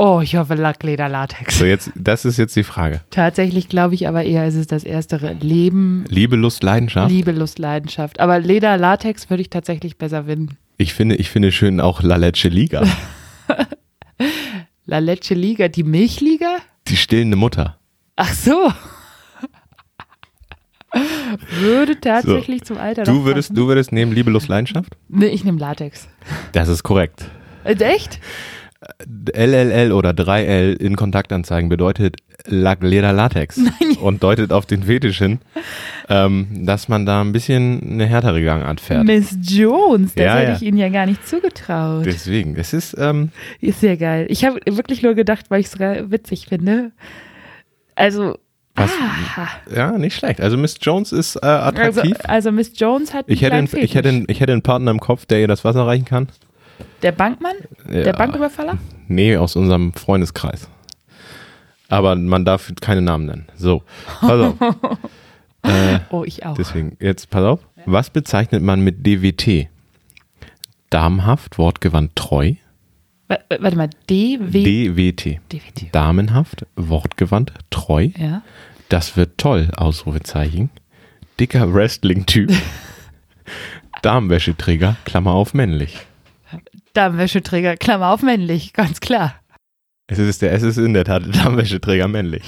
[SPEAKER 2] Oh, ich hoffe Lackleder Latex.
[SPEAKER 3] So jetzt, das ist jetzt die Frage.
[SPEAKER 2] Tatsächlich glaube ich aber eher, es ist das erstere Leben,
[SPEAKER 3] Liebe, Lust, Leidenschaft.
[SPEAKER 2] Liebe, Lust, Leidenschaft. Aber Leder Latex würde ich tatsächlich besser finden.
[SPEAKER 3] Ich finde, ich finde schön auch La Leche Liga.
[SPEAKER 2] La Leche Liga, die Milchliga?
[SPEAKER 3] Die stillende Mutter.
[SPEAKER 2] Ach so. Würde tatsächlich zum Alter noch
[SPEAKER 3] Du würdest,
[SPEAKER 2] passen.
[SPEAKER 3] du würdest nehmen Liebe, Lust, Leidenschaft?
[SPEAKER 2] Nee, ich nehme Latex.
[SPEAKER 3] Das ist korrekt.
[SPEAKER 2] Äh, echt?
[SPEAKER 3] LLL oder 3L in Kontaktanzeigen bedeutet Lack, Leder, Latex und deutet auf den Fetisch hin, ähm, dass man da ein bisschen eine härtere Gangart fährt.
[SPEAKER 2] Miss Jones, das
[SPEAKER 3] Ja,
[SPEAKER 2] hätte
[SPEAKER 3] ja.
[SPEAKER 2] ich Ihnen ja gar nicht zugetraut.
[SPEAKER 3] Deswegen, das ist, ähm,
[SPEAKER 2] Ist ja geil. Ich habe wirklich nur gedacht, weil ich es witzig finde. Also,
[SPEAKER 3] Was?
[SPEAKER 2] ah,
[SPEAKER 3] ja, nicht schlecht. Also Miss Jones ist äh,
[SPEAKER 2] also,
[SPEAKER 3] attraktiv.
[SPEAKER 2] also Miss Jones hat einen
[SPEAKER 3] ich, hätte
[SPEAKER 2] kleinen
[SPEAKER 3] einen, ich, hätte einen, ich hätte einen Partner im Kopf, der ihr das Wasser reichen kann.
[SPEAKER 2] Fetisch. Der Bankmann?
[SPEAKER 3] Ja,
[SPEAKER 2] Der Banküberfaller?
[SPEAKER 3] Nee, aus unserem Freundeskreis. Aber man darf keine Namen nennen. So, pass auf. äh,
[SPEAKER 2] Oh, ich auch.
[SPEAKER 3] Deswegen, jetzt pass auf. Was bezeichnet man mit DWT? Damenhaft, wortgewandt treu.
[SPEAKER 2] Wa- wa- Warte mal, DW.
[SPEAKER 3] DWT.
[SPEAKER 2] DWT.
[SPEAKER 3] Damenhaft, wortgewandt treu.
[SPEAKER 2] Ja.
[SPEAKER 3] Das wird toll, Ausrufezeichen. Dicker Wrestling-Typ. Damenwäscheträger, Klammer auf männlich.
[SPEAKER 2] Damenwäscheträger, Klammer auf männlich, ganz klar.
[SPEAKER 3] Es ist, der, es ist in der Tat Damenwäscheträger männlich.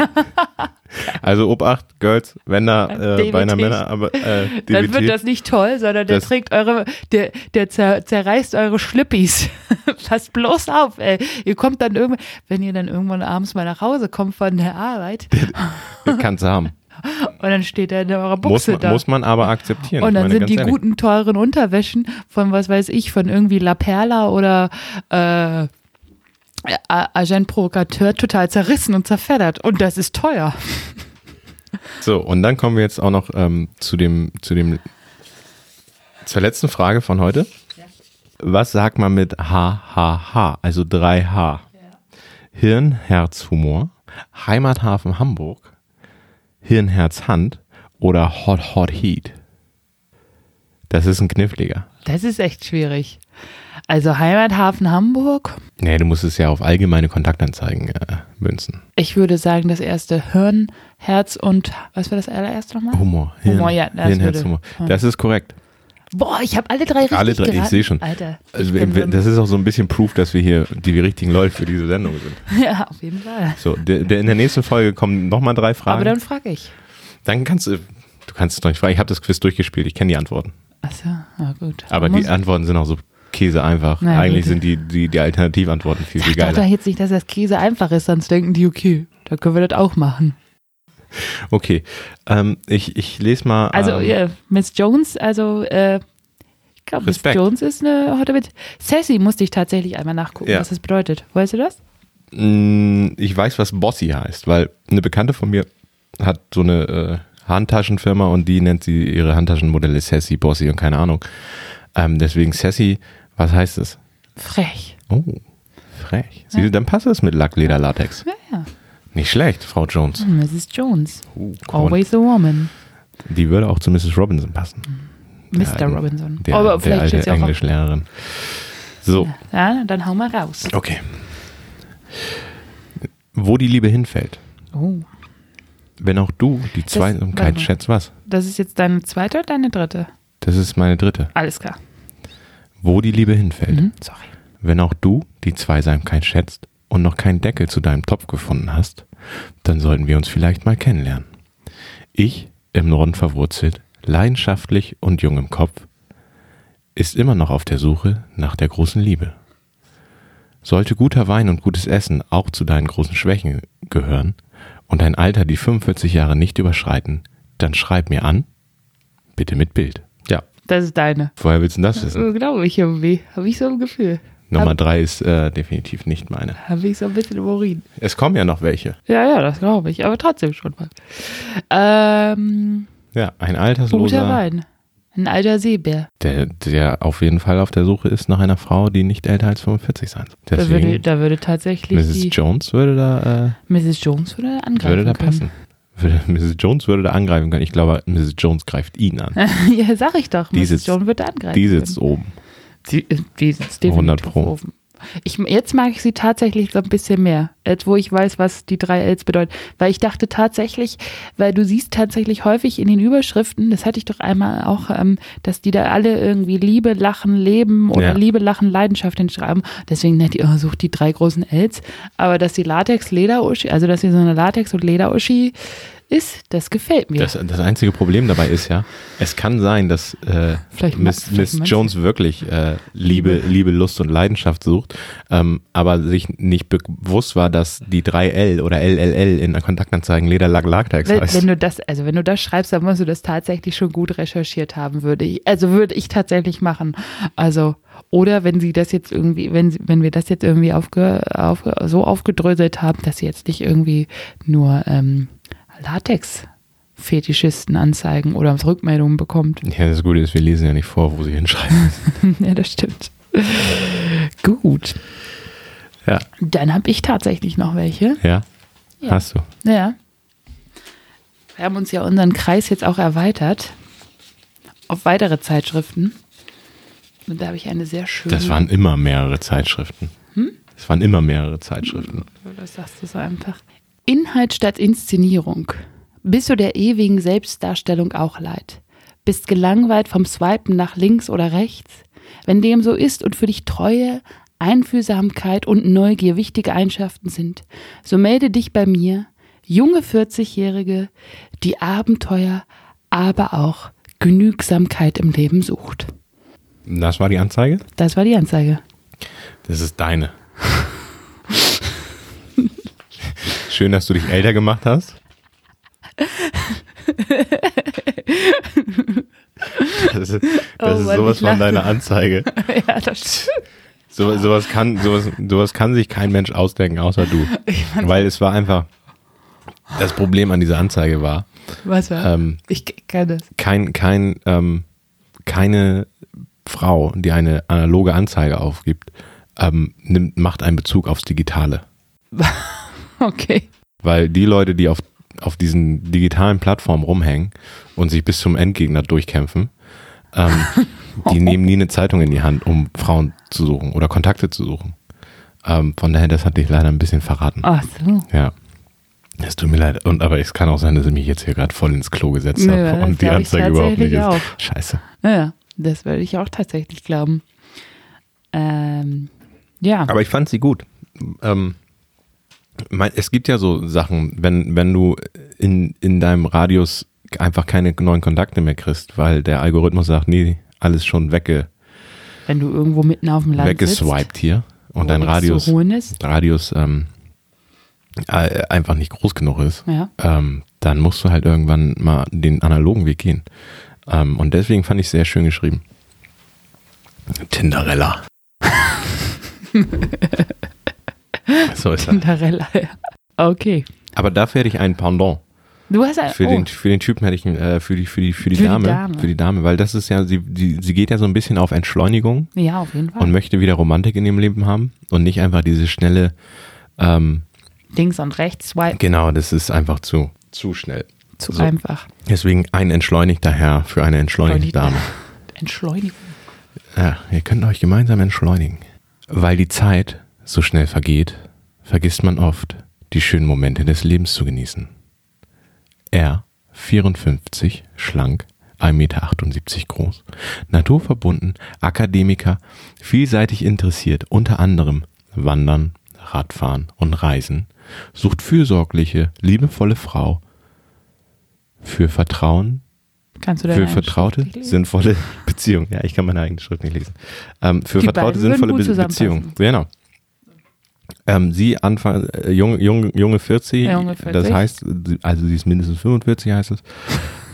[SPEAKER 3] also Obacht, Girls, wenn da äh,
[SPEAKER 2] DWT.
[SPEAKER 3] bei einer Männer, aber äh,
[SPEAKER 2] Dann wird
[SPEAKER 3] DWT.
[SPEAKER 2] das nicht toll, sondern der
[SPEAKER 3] Das-
[SPEAKER 2] trägt eure, der, der zer, zerreißt eure Schlippis. Passt bloß auf, ey. Ihr kommt dann irgendwann, wenn ihr dann irgendwann abends mal nach Hause kommt von der Arbeit
[SPEAKER 3] kann's haben.
[SPEAKER 2] und dann steht er in eurer
[SPEAKER 3] Muss
[SPEAKER 2] Buchse
[SPEAKER 3] man,
[SPEAKER 2] da.
[SPEAKER 3] muss man aber akzeptieren.
[SPEAKER 2] und
[SPEAKER 3] Ich
[SPEAKER 2] dann
[SPEAKER 3] meine,
[SPEAKER 2] sind
[SPEAKER 3] ganz
[SPEAKER 2] die
[SPEAKER 3] ehrlich.
[SPEAKER 2] guten, teuren Unterwäschen von, was weiß ich, von irgendwie La Perla oder äh, A- Agent Provocateur total zerrissen und zerfeddert. Und das ist teuer.
[SPEAKER 3] So, und dann kommen wir jetzt auch noch ähm, zu dem, zu dem, zur letzten Frage von heute. Was sagt man mit HHH, also 3H? Hirn, Herz, Humor, Heimathafen Hamburg, Hirn, Herz, Hand oder Hot, Hot, Heat? Das ist ein kniffliger.
[SPEAKER 2] Das ist echt schwierig. Also Heimathafen Hamburg.
[SPEAKER 3] Nee, du musst es ja auf allgemeine Kontaktanzeigen äh, münzen.
[SPEAKER 2] Ich würde sagen, das erste Hirn, Herz und was war das allererste nochmal?
[SPEAKER 3] Humor.
[SPEAKER 2] Humor, ja, das
[SPEAKER 3] Hirn, Herz,
[SPEAKER 2] würde-
[SPEAKER 3] Humor. Das ist korrekt.
[SPEAKER 2] Boah, ich habe alle drei richtig
[SPEAKER 3] Alle drei, ich
[SPEAKER 2] geraten.
[SPEAKER 3] sehe schon.
[SPEAKER 2] Alter. ich
[SPEAKER 3] Also,
[SPEAKER 2] bin
[SPEAKER 3] wir,
[SPEAKER 2] so ein-
[SPEAKER 3] das ist auch so ein bisschen Proof, dass wir hier die richtigen Leute für diese Sendung sind.
[SPEAKER 2] ja, auf jeden Fall.
[SPEAKER 3] So, der, der, in der nächsten Folge kommen nochmal drei Fragen.
[SPEAKER 2] Aber dann
[SPEAKER 3] Dann,
[SPEAKER 2] frage ich.
[SPEAKER 3] kannst du, du kannst es doch nicht fragen. Ich habe das Quiz durchgespielt, ich kenne die Antworten.
[SPEAKER 2] Achso, na gut.
[SPEAKER 3] Aber
[SPEAKER 2] Muss-
[SPEAKER 3] die Antworten sind auch so Käse einfach.
[SPEAKER 2] Na ja,
[SPEAKER 3] Eigentlich
[SPEAKER 2] gut.
[SPEAKER 3] sind die, die, die Alternativantworten viel, viel
[SPEAKER 2] Sag doch, doch
[SPEAKER 3] eh geiler.
[SPEAKER 2] jetzt nicht, dass das Käse einfach ist, sonst denken die, okay, dann können wir das auch machen.
[SPEAKER 3] Okay, ähm, ich, ich lese mal.
[SPEAKER 2] Also äh,
[SPEAKER 3] ähm,
[SPEAKER 2] Miss Jones, also äh, ich glaube, Miss
[SPEAKER 3] Respekt.
[SPEAKER 2] Jones ist eine heute mit. Sassy musste ich tatsächlich einmal nachgucken,
[SPEAKER 3] Ja.
[SPEAKER 2] was das bedeutet. Weißt du das?
[SPEAKER 3] mh, mm, ich weiß, was Bossy heißt, weil eine Bekannte von mir hat so eine äh, Handtaschenfirma und die nennt sie ihre Handtaschenmodelle Sassy, Bossy und keine Ahnung. Ähm, deswegen Sassy, was heißt es?
[SPEAKER 2] Frech.
[SPEAKER 3] Oh, frech. Siehst du, dann passt es mit Lack, Leder, Latex.
[SPEAKER 2] Ja, ja. Hm.
[SPEAKER 3] Nicht schlecht, Frau Jones.
[SPEAKER 2] Mrs. Jones.
[SPEAKER 3] Uh,
[SPEAKER 2] Always a woman.
[SPEAKER 3] Die würde auch zu Mrs. Robinson passen.
[SPEAKER 2] Mr.
[SPEAKER 3] alte-
[SPEAKER 2] Robinson.
[SPEAKER 3] Der,
[SPEAKER 2] Aber
[SPEAKER 3] der
[SPEAKER 2] vielleicht
[SPEAKER 3] alte
[SPEAKER 2] steht sie auch.
[SPEAKER 3] Englischlehrerin. So,
[SPEAKER 2] Ja, dann hau mal raus.
[SPEAKER 3] okay. Wo die Liebe hinfällt.
[SPEAKER 2] Oh.
[SPEAKER 3] Wenn auch du
[SPEAKER 2] warte
[SPEAKER 3] die
[SPEAKER 2] mal.
[SPEAKER 3] Zweisamkeit schätzt, was?
[SPEAKER 2] Das ist jetzt deine zweite oder deine dritte?
[SPEAKER 3] Das ist meine dritte.
[SPEAKER 2] Alles klar.
[SPEAKER 3] Wo die Liebe hinfällt.
[SPEAKER 2] Mhm. Sorry.
[SPEAKER 3] Wenn auch du die Zweisamkeit schätzt und noch keinen Deckel zu deinem Topf gefunden hast, dann sollten wir uns vielleicht mal kennenlernen. Ich, im Norden verwurzelt, leidenschaftlich und jung im Kopf, ist immer noch auf der Suche nach der großen Liebe. Sollte guter Wein und gutes Essen auch zu deinen großen Schwächen gehören und dein Alter die 45 Jahre nicht überschreiten, dann schreib mir an, bitte mit Bild. Ja,
[SPEAKER 2] Das ist deine.
[SPEAKER 3] woher willst du denn das wissen?
[SPEAKER 2] Äh, So glaube ich irgendwie. Habe ich so ein Gefühl.
[SPEAKER 3] Nummer drei ist äh, definitiv nicht meine.
[SPEAKER 2] Habe ich so ein bisschen Urin.
[SPEAKER 3] Es kommen ja noch welche.
[SPEAKER 2] Ja, ja, das glaube ich. Aber trotzdem schon mal. Ähm,
[SPEAKER 3] Ja, ein
[SPEAKER 2] guter
[SPEAKER 3] altersloser,
[SPEAKER 2] Wein. Ein alter Seebär.
[SPEAKER 3] der, der auf jeden Fall auf der Suche ist nach einer Frau, die nicht älter als 45 sein soll.
[SPEAKER 2] Da würde,
[SPEAKER 3] Deswegen,
[SPEAKER 2] da würde tatsächlich
[SPEAKER 3] Mrs.
[SPEAKER 2] die
[SPEAKER 3] Jones würde da... Äh,
[SPEAKER 2] Mrs. Jones würde angreifen
[SPEAKER 3] Würde da
[SPEAKER 2] können.
[SPEAKER 3] passen. Würde, Mrs. Jones würde da angreifen können. Ich glaube, Mrs. Jones greift ihn an.
[SPEAKER 2] ja, sag ich doch.
[SPEAKER 3] Die
[SPEAKER 2] Mrs.
[SPEAKER 3] sitzt-
[SPEAKER 2] Jones würde angreifen
[SPEAKER 3] Die
[SPEAKER 2] können.
[SPEAKER 3] sitzt oben.
[SPEAKER 2] Die, die sitzt
[SPEAKER 3] 100
[SPEAKER 2] äh, definitiv
[SPEAKER 3] Pro.
[SPEAKER 2] oben. Ich, jetzt mag ich sie tatsächlich so ein bisschen mehr, als wo ich weiß, was die drei Ls bedeuten. Weil ich dachte tatsächlich, weil du siehst tatsächlich häufig in den Überschriften, das hatte ich doch einmal auch, ähm, dass die da alle irgendwie Liebe, Lachen, Leben oder
[SPEAKER 3] Ja.
[SPEAKER 2] Liebe, Lachen, Leidenschaft hinschreiben. Deswegen nennt ihr, oh, sucht die drei großen Ls. Aber dass sie Latex, Leder, also dass sie so eine Latex- und Leder-Uschi ist, das gefällt mir.
[SPEAKER 3] Das, das einzige Problem dabei ist ja, es kann sein, dass äh,
[SPEAKER 2] Vielleicht ma-
[SPEAKER 3] Miss,
[SPEAKER 2] vielleicht
[SPEAKER 3] Miss
[SPEAKER 2] meinst
[SPEAKER 3] Jones wirklich äh, Liebe, Liebe, Lust und Leidenschaft sucht, ähm, aber sich nicht bewusst war, dass die 3L oder LLL in der Kontaktanzeigen Leder Lack Lagtex
[SPEAKER 2] Wenn,
[SPEAKER 3] heißt.
[SPEAKER 2] wenn du das, also wenn du das schreibst, dann musst du das tatsächlich schon gut recherchiert haben, würde ich. Also würde ich tatsächlich machen. Also, oder wenn sie das jetzt irgendwie, wenn, sie- wenn wir das jetzt irgendwie aufge, auf, so aufgedröselt haben, dass sie jetzt nicht irgendwie nur ähm, Latex-Fetischisten anzeigen oder Rückmeldungen bekommt.
[SPEAKER 3] ja, das Gute ist, wir lesen ja nicht vor, wo sie hinschreiben.
[SPEAKER 2] ja, das stimmt. Gut.
[SPEAKER 3] ja.
[SPEAKER 2] Dann habe ich tatsächlich noch welche.
[SPEAKER 3] ja.
[SPEAKER 2] Ja.
[SPEAKER 3] Hast du.
[SPEAKER 2] Ja. Wir haben uns ja unseren Kreis jetzt auch erweitert auf weitere Zeitschriften. Und da habe ich eine sehr schöne.
[SPEAKER 3] Das waren immer mehrere Zeitschriften.
[SPEAKER 2] Hm?
[SPEAKER 3] Das waren immer mehrere Zeitschriften.
[SPEAKER 2] Das sagst du so einfach. Inhalt statt Inszenierung. Bist du der ewigen Selbstdarstellung auch leid? Bist gelangweilt vom Swipen nach links oder rechts? Wenn dem so ist und für dich Treue, Einfühlsamkeit und Neugier wichtige Eigenschaften sind, so melde dich bei mir, junge 40-Jährige, die Abenteuer, aber auch Genügsamkeit im Leben sucht.
[SPEAKER 3] Das war die Anzeige?
[SPEAKER 2] Das war die Anzeige.
[SPEAKER 3] Das ist deine. Schön, dass du dich älter gemacht hast. Das ist, das
[SPEAKER 2] Oh
[SPEAKER 3] ist
[SPEAKER 2] Mann,
[SPEAKER 3] sowas
[SPEAKER 2] ich
[SPEAKER 3] von
[SPEAKER 2] lache.
[SPEAKER 3] deiner Anzeige.
[SPEAKER 2] Ja, das stimmt.
[SPEAKER 3] So, sowas, kann, sowas, sowas kann sich kein Mensch ausdenken, außer du. Weil es war einfach, das Problem an dieser Anzeige war,
[SPEAKER 2] Was war?
[SPEAKER 3] ähm,
[SPEAKER 2] ich kann das.
[SPEAKER 3] kein, kein, ähm, keine Frau, die eine analoge Anzeige aufgibt, ähm, nimmt, macht einen Bezug aufs Digitale.
[SPEAKER 2] Okay.
[SPEAKER 3] Weil die Leute, die auf, auf diesen digitalen Plattformen rumhängen und sich bis zum Endgegner durchkämpfen, ähm, die nehmen nie eine Zeitung in die Hand, um Frauen zu suchen oder Kontakte zu suchen. Ähm, von daher, das hat dich leider ein bisschen verraten.
[SPEAKER 2] Ach so.
[SPEAKER 3] Ja. Es tut mir leid. Und aber es kann auch sein, dass ich mich jetzt hier gerade voll ins Klo gesetzt
[SPEAKER 2] Nö,
[SPEAKER 3] habe
[SPEAKER 2] das
[SPEAKER 3] und die
[SPEAKER 2] glaub ich
[SPEAKER 3] Anzeige überhaupt nicht ist.
[SPEAKER 2] tatsächlich
[SPEAKER 3] Scheiße.
[SPEAKER 2] Ja, das würde ich auch tatsächlich glauben. Ähm, ja,
[SPEAKER 3] Aber ich fand sie gut. Ähm, mein, es gibt ja so Sachen, wenn, wenn du in, in deinem Radius einfach keine neuen Kontakte mehr kriegst, weil der Algorithmus sagt, nee, alles schon wegge,
[SPEAKER 2] wenn du irgendwo mitten auf dem Land sitzt,
[SPEAKER 3] weggeswiped hier
[SPEAKER 2] wo
[SPEAKER 3] und dein
[SPEAKER 2] nichts
[SPEAKER 3] Radius,
[SPEAKER 2] zu holen Oh, ist,
[SPEAKER 3] Radius ähm, äh, einfach nicht groß genug ist,
[SPEAKER 2] ja,
[SPEAKER 3] ähm, dann musst du halt irgendwann mal den analogen Weg gehen. Ähm, und deswegen fand ich sehr schön geschrieben. Tinderella. so ist er.
[SPEAKER 2] Cinderella. ja. Okay.
[SPEAKER 3] Aber dafür hätte ich einen Pendant.
[SPEAKER 2] Du hast ein,
[SPEAKER 3] Für,
[SPEAKER 2] oh,
[SPEAKER 3] den, für den Typen hätte ich einen, äh, für die, für die, für die,
[SPEAKER 2] Für die
[SPEAKER 3] Dame,
[SPEAKER 2] Dame.
[SPEAKER 3] Für die Dame, weil das ist ja, sie, die, sie geht ja so ein bisschen auf Entschleunigung
[SPEAKER 2] oh, ja, auf jeden Fall.
[SPEAKER 3] und möchte wieder Romantik in ihrem Leben haben und nicht einfach diese schnelle, ähm,
[SPEAKER 2] Links und rechts swipe
[SPEAKER 3] genau, das ist einfach zu, zu schnell.
[SPEAKER 2] zu
[SPEAKER 3] so.
[SPEAKER 2] einfach.
[SPEAKER 3] Deswegen ein entschleunigter Herr für eine entschleunigte Dame.
[SPEAKER 2] Entschleunigung.
[SPEAKER 3] Ja, ihr könnt euch gemeinsam entschleunigen. Weil die Zeit so schnell vergeht, vergisst man oft, die schönen Momente des Lebens zu genießen. Er, 54, schlank, 1,78 Meter groß, naturverbunden, Akademiker, vielseitig interessiert, unter anderem Wandern, Radfahren und Reisen, sucht fürsorgliche, liebevolle Frau für Vertrauen,
[SPEAKER 2] Kannst du deine
[SPEAKER 3] für vertraute,
[SPEAKER 2] Schrift nicht lesen?
[SPEAKER 3] sinnvolle Beziehungen. Ja, ich kann meine eigene Schrift nicht lesen. Ähm, für
[SPEAKER 2] Die
[SPEAKER 3] vertraute,
[SPEAKER 2] beiden würden
[SPEAKER 3] sinnvolle
[SPEAKER 2] gut
[SPEAKER 3] Be
[SPEAKER 2] zusammenpassen.
[SPEAKER 3] Beziehungen. Genau. Ähm, sie Anfang, äh, junge, junge, junge 40,
[SPEAKER 2] Ja, junge
[SPEAKER 3] das
[SPEAKER 2] 40.
[SPEAKER 3] heißt, sie- also sie ist mindestens 45, heißt es,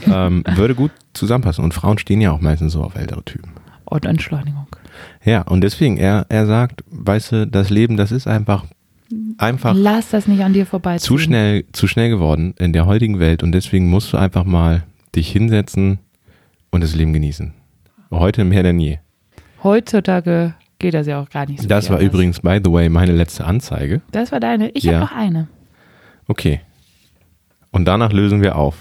[SPEAKER 3] ähm, würde gut zusammenpassen. Und Frauen stehen ja auch meistens so auf ältere Typen.
[SPEAKER 2] Und Entschleunigung.
[SPEAKER 3] Ja, und deswegen, er, er sagt, weißt du, das Leben, das ist einfach, einfach
[SPEAKER 2] Lass das nicht an dir vorbeiziehen.
[SPEAKER 3] zu schnell, zu schnell geworden in der heutigen Welt und deswegen musst du einfach mal dich hinsetzen und das Leben genießen. Heute mehr denn je.
[SPEAKER 2] Heutzutage geht das ja auch gar nicht so
[SPEAKER 3] Das
[SPEAKER 2] viel
[SPEAKER 3] war
[SPEAKER 2] anders.
[SPEAKER 3] übrigens, by the way, meine letzte Anzeige.
[SPEAKER 2] Das war deine. Ich
[SPEAKER 3] Ja.
[SPEAKER 2] habe noch eine.
[SPEAKER 3] Okay. Und danach lösen wir auf.